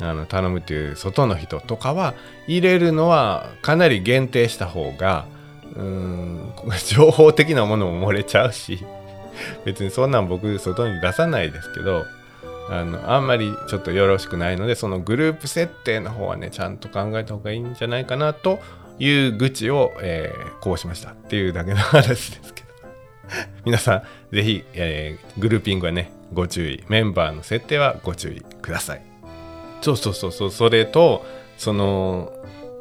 A: あの頼むっていう外の人とかは入れるのはかなり限定した方がうーん情報的なものも漏れちゃうし [LAUGHS] 別にそんなん僕外に出さないですけどあのあんまりちょっとよろしくないのでそのグループ設定の方はねちゃんと考えた方がいいんじゃないかなという愚痴を、えーこうしましたっていうだけの話ですけど [LAUGHS] 皆さん是非、えーグルーピングはねご注意メンバーの設定はご注意くださいそうそうそうそうそれとその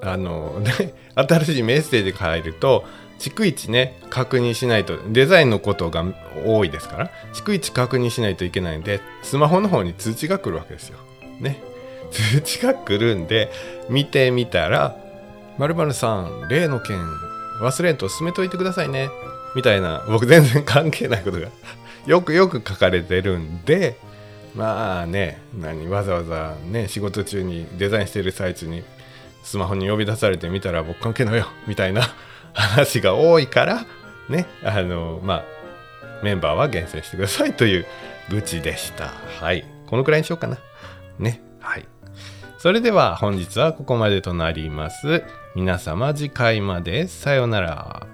A: あの [LAUGHS] ね新しいメッセージが入ると逐一ね確認しないとデザインのことが多いですから逐一確認しないといけないんでスマホの方に通知が来るわけですよ。ね [LAUGHS] 通知が来るんで見てみたら「まるさん例の件忘れんと進めといてくださいね」みたいな僕全然関係ないことがよくよく書かれてるんでまあね何わざわざね仕事中にデザインしてる最中にスマホに呼び出されてみたら僕関係ないよ [LAUGHS] みたいな話が多いからねあのまあメンバーは厳選してくださいという愚痴でしたはいこのくらいにしようかなねはいそれでは本日はここまでとなります皆様次回までさようなら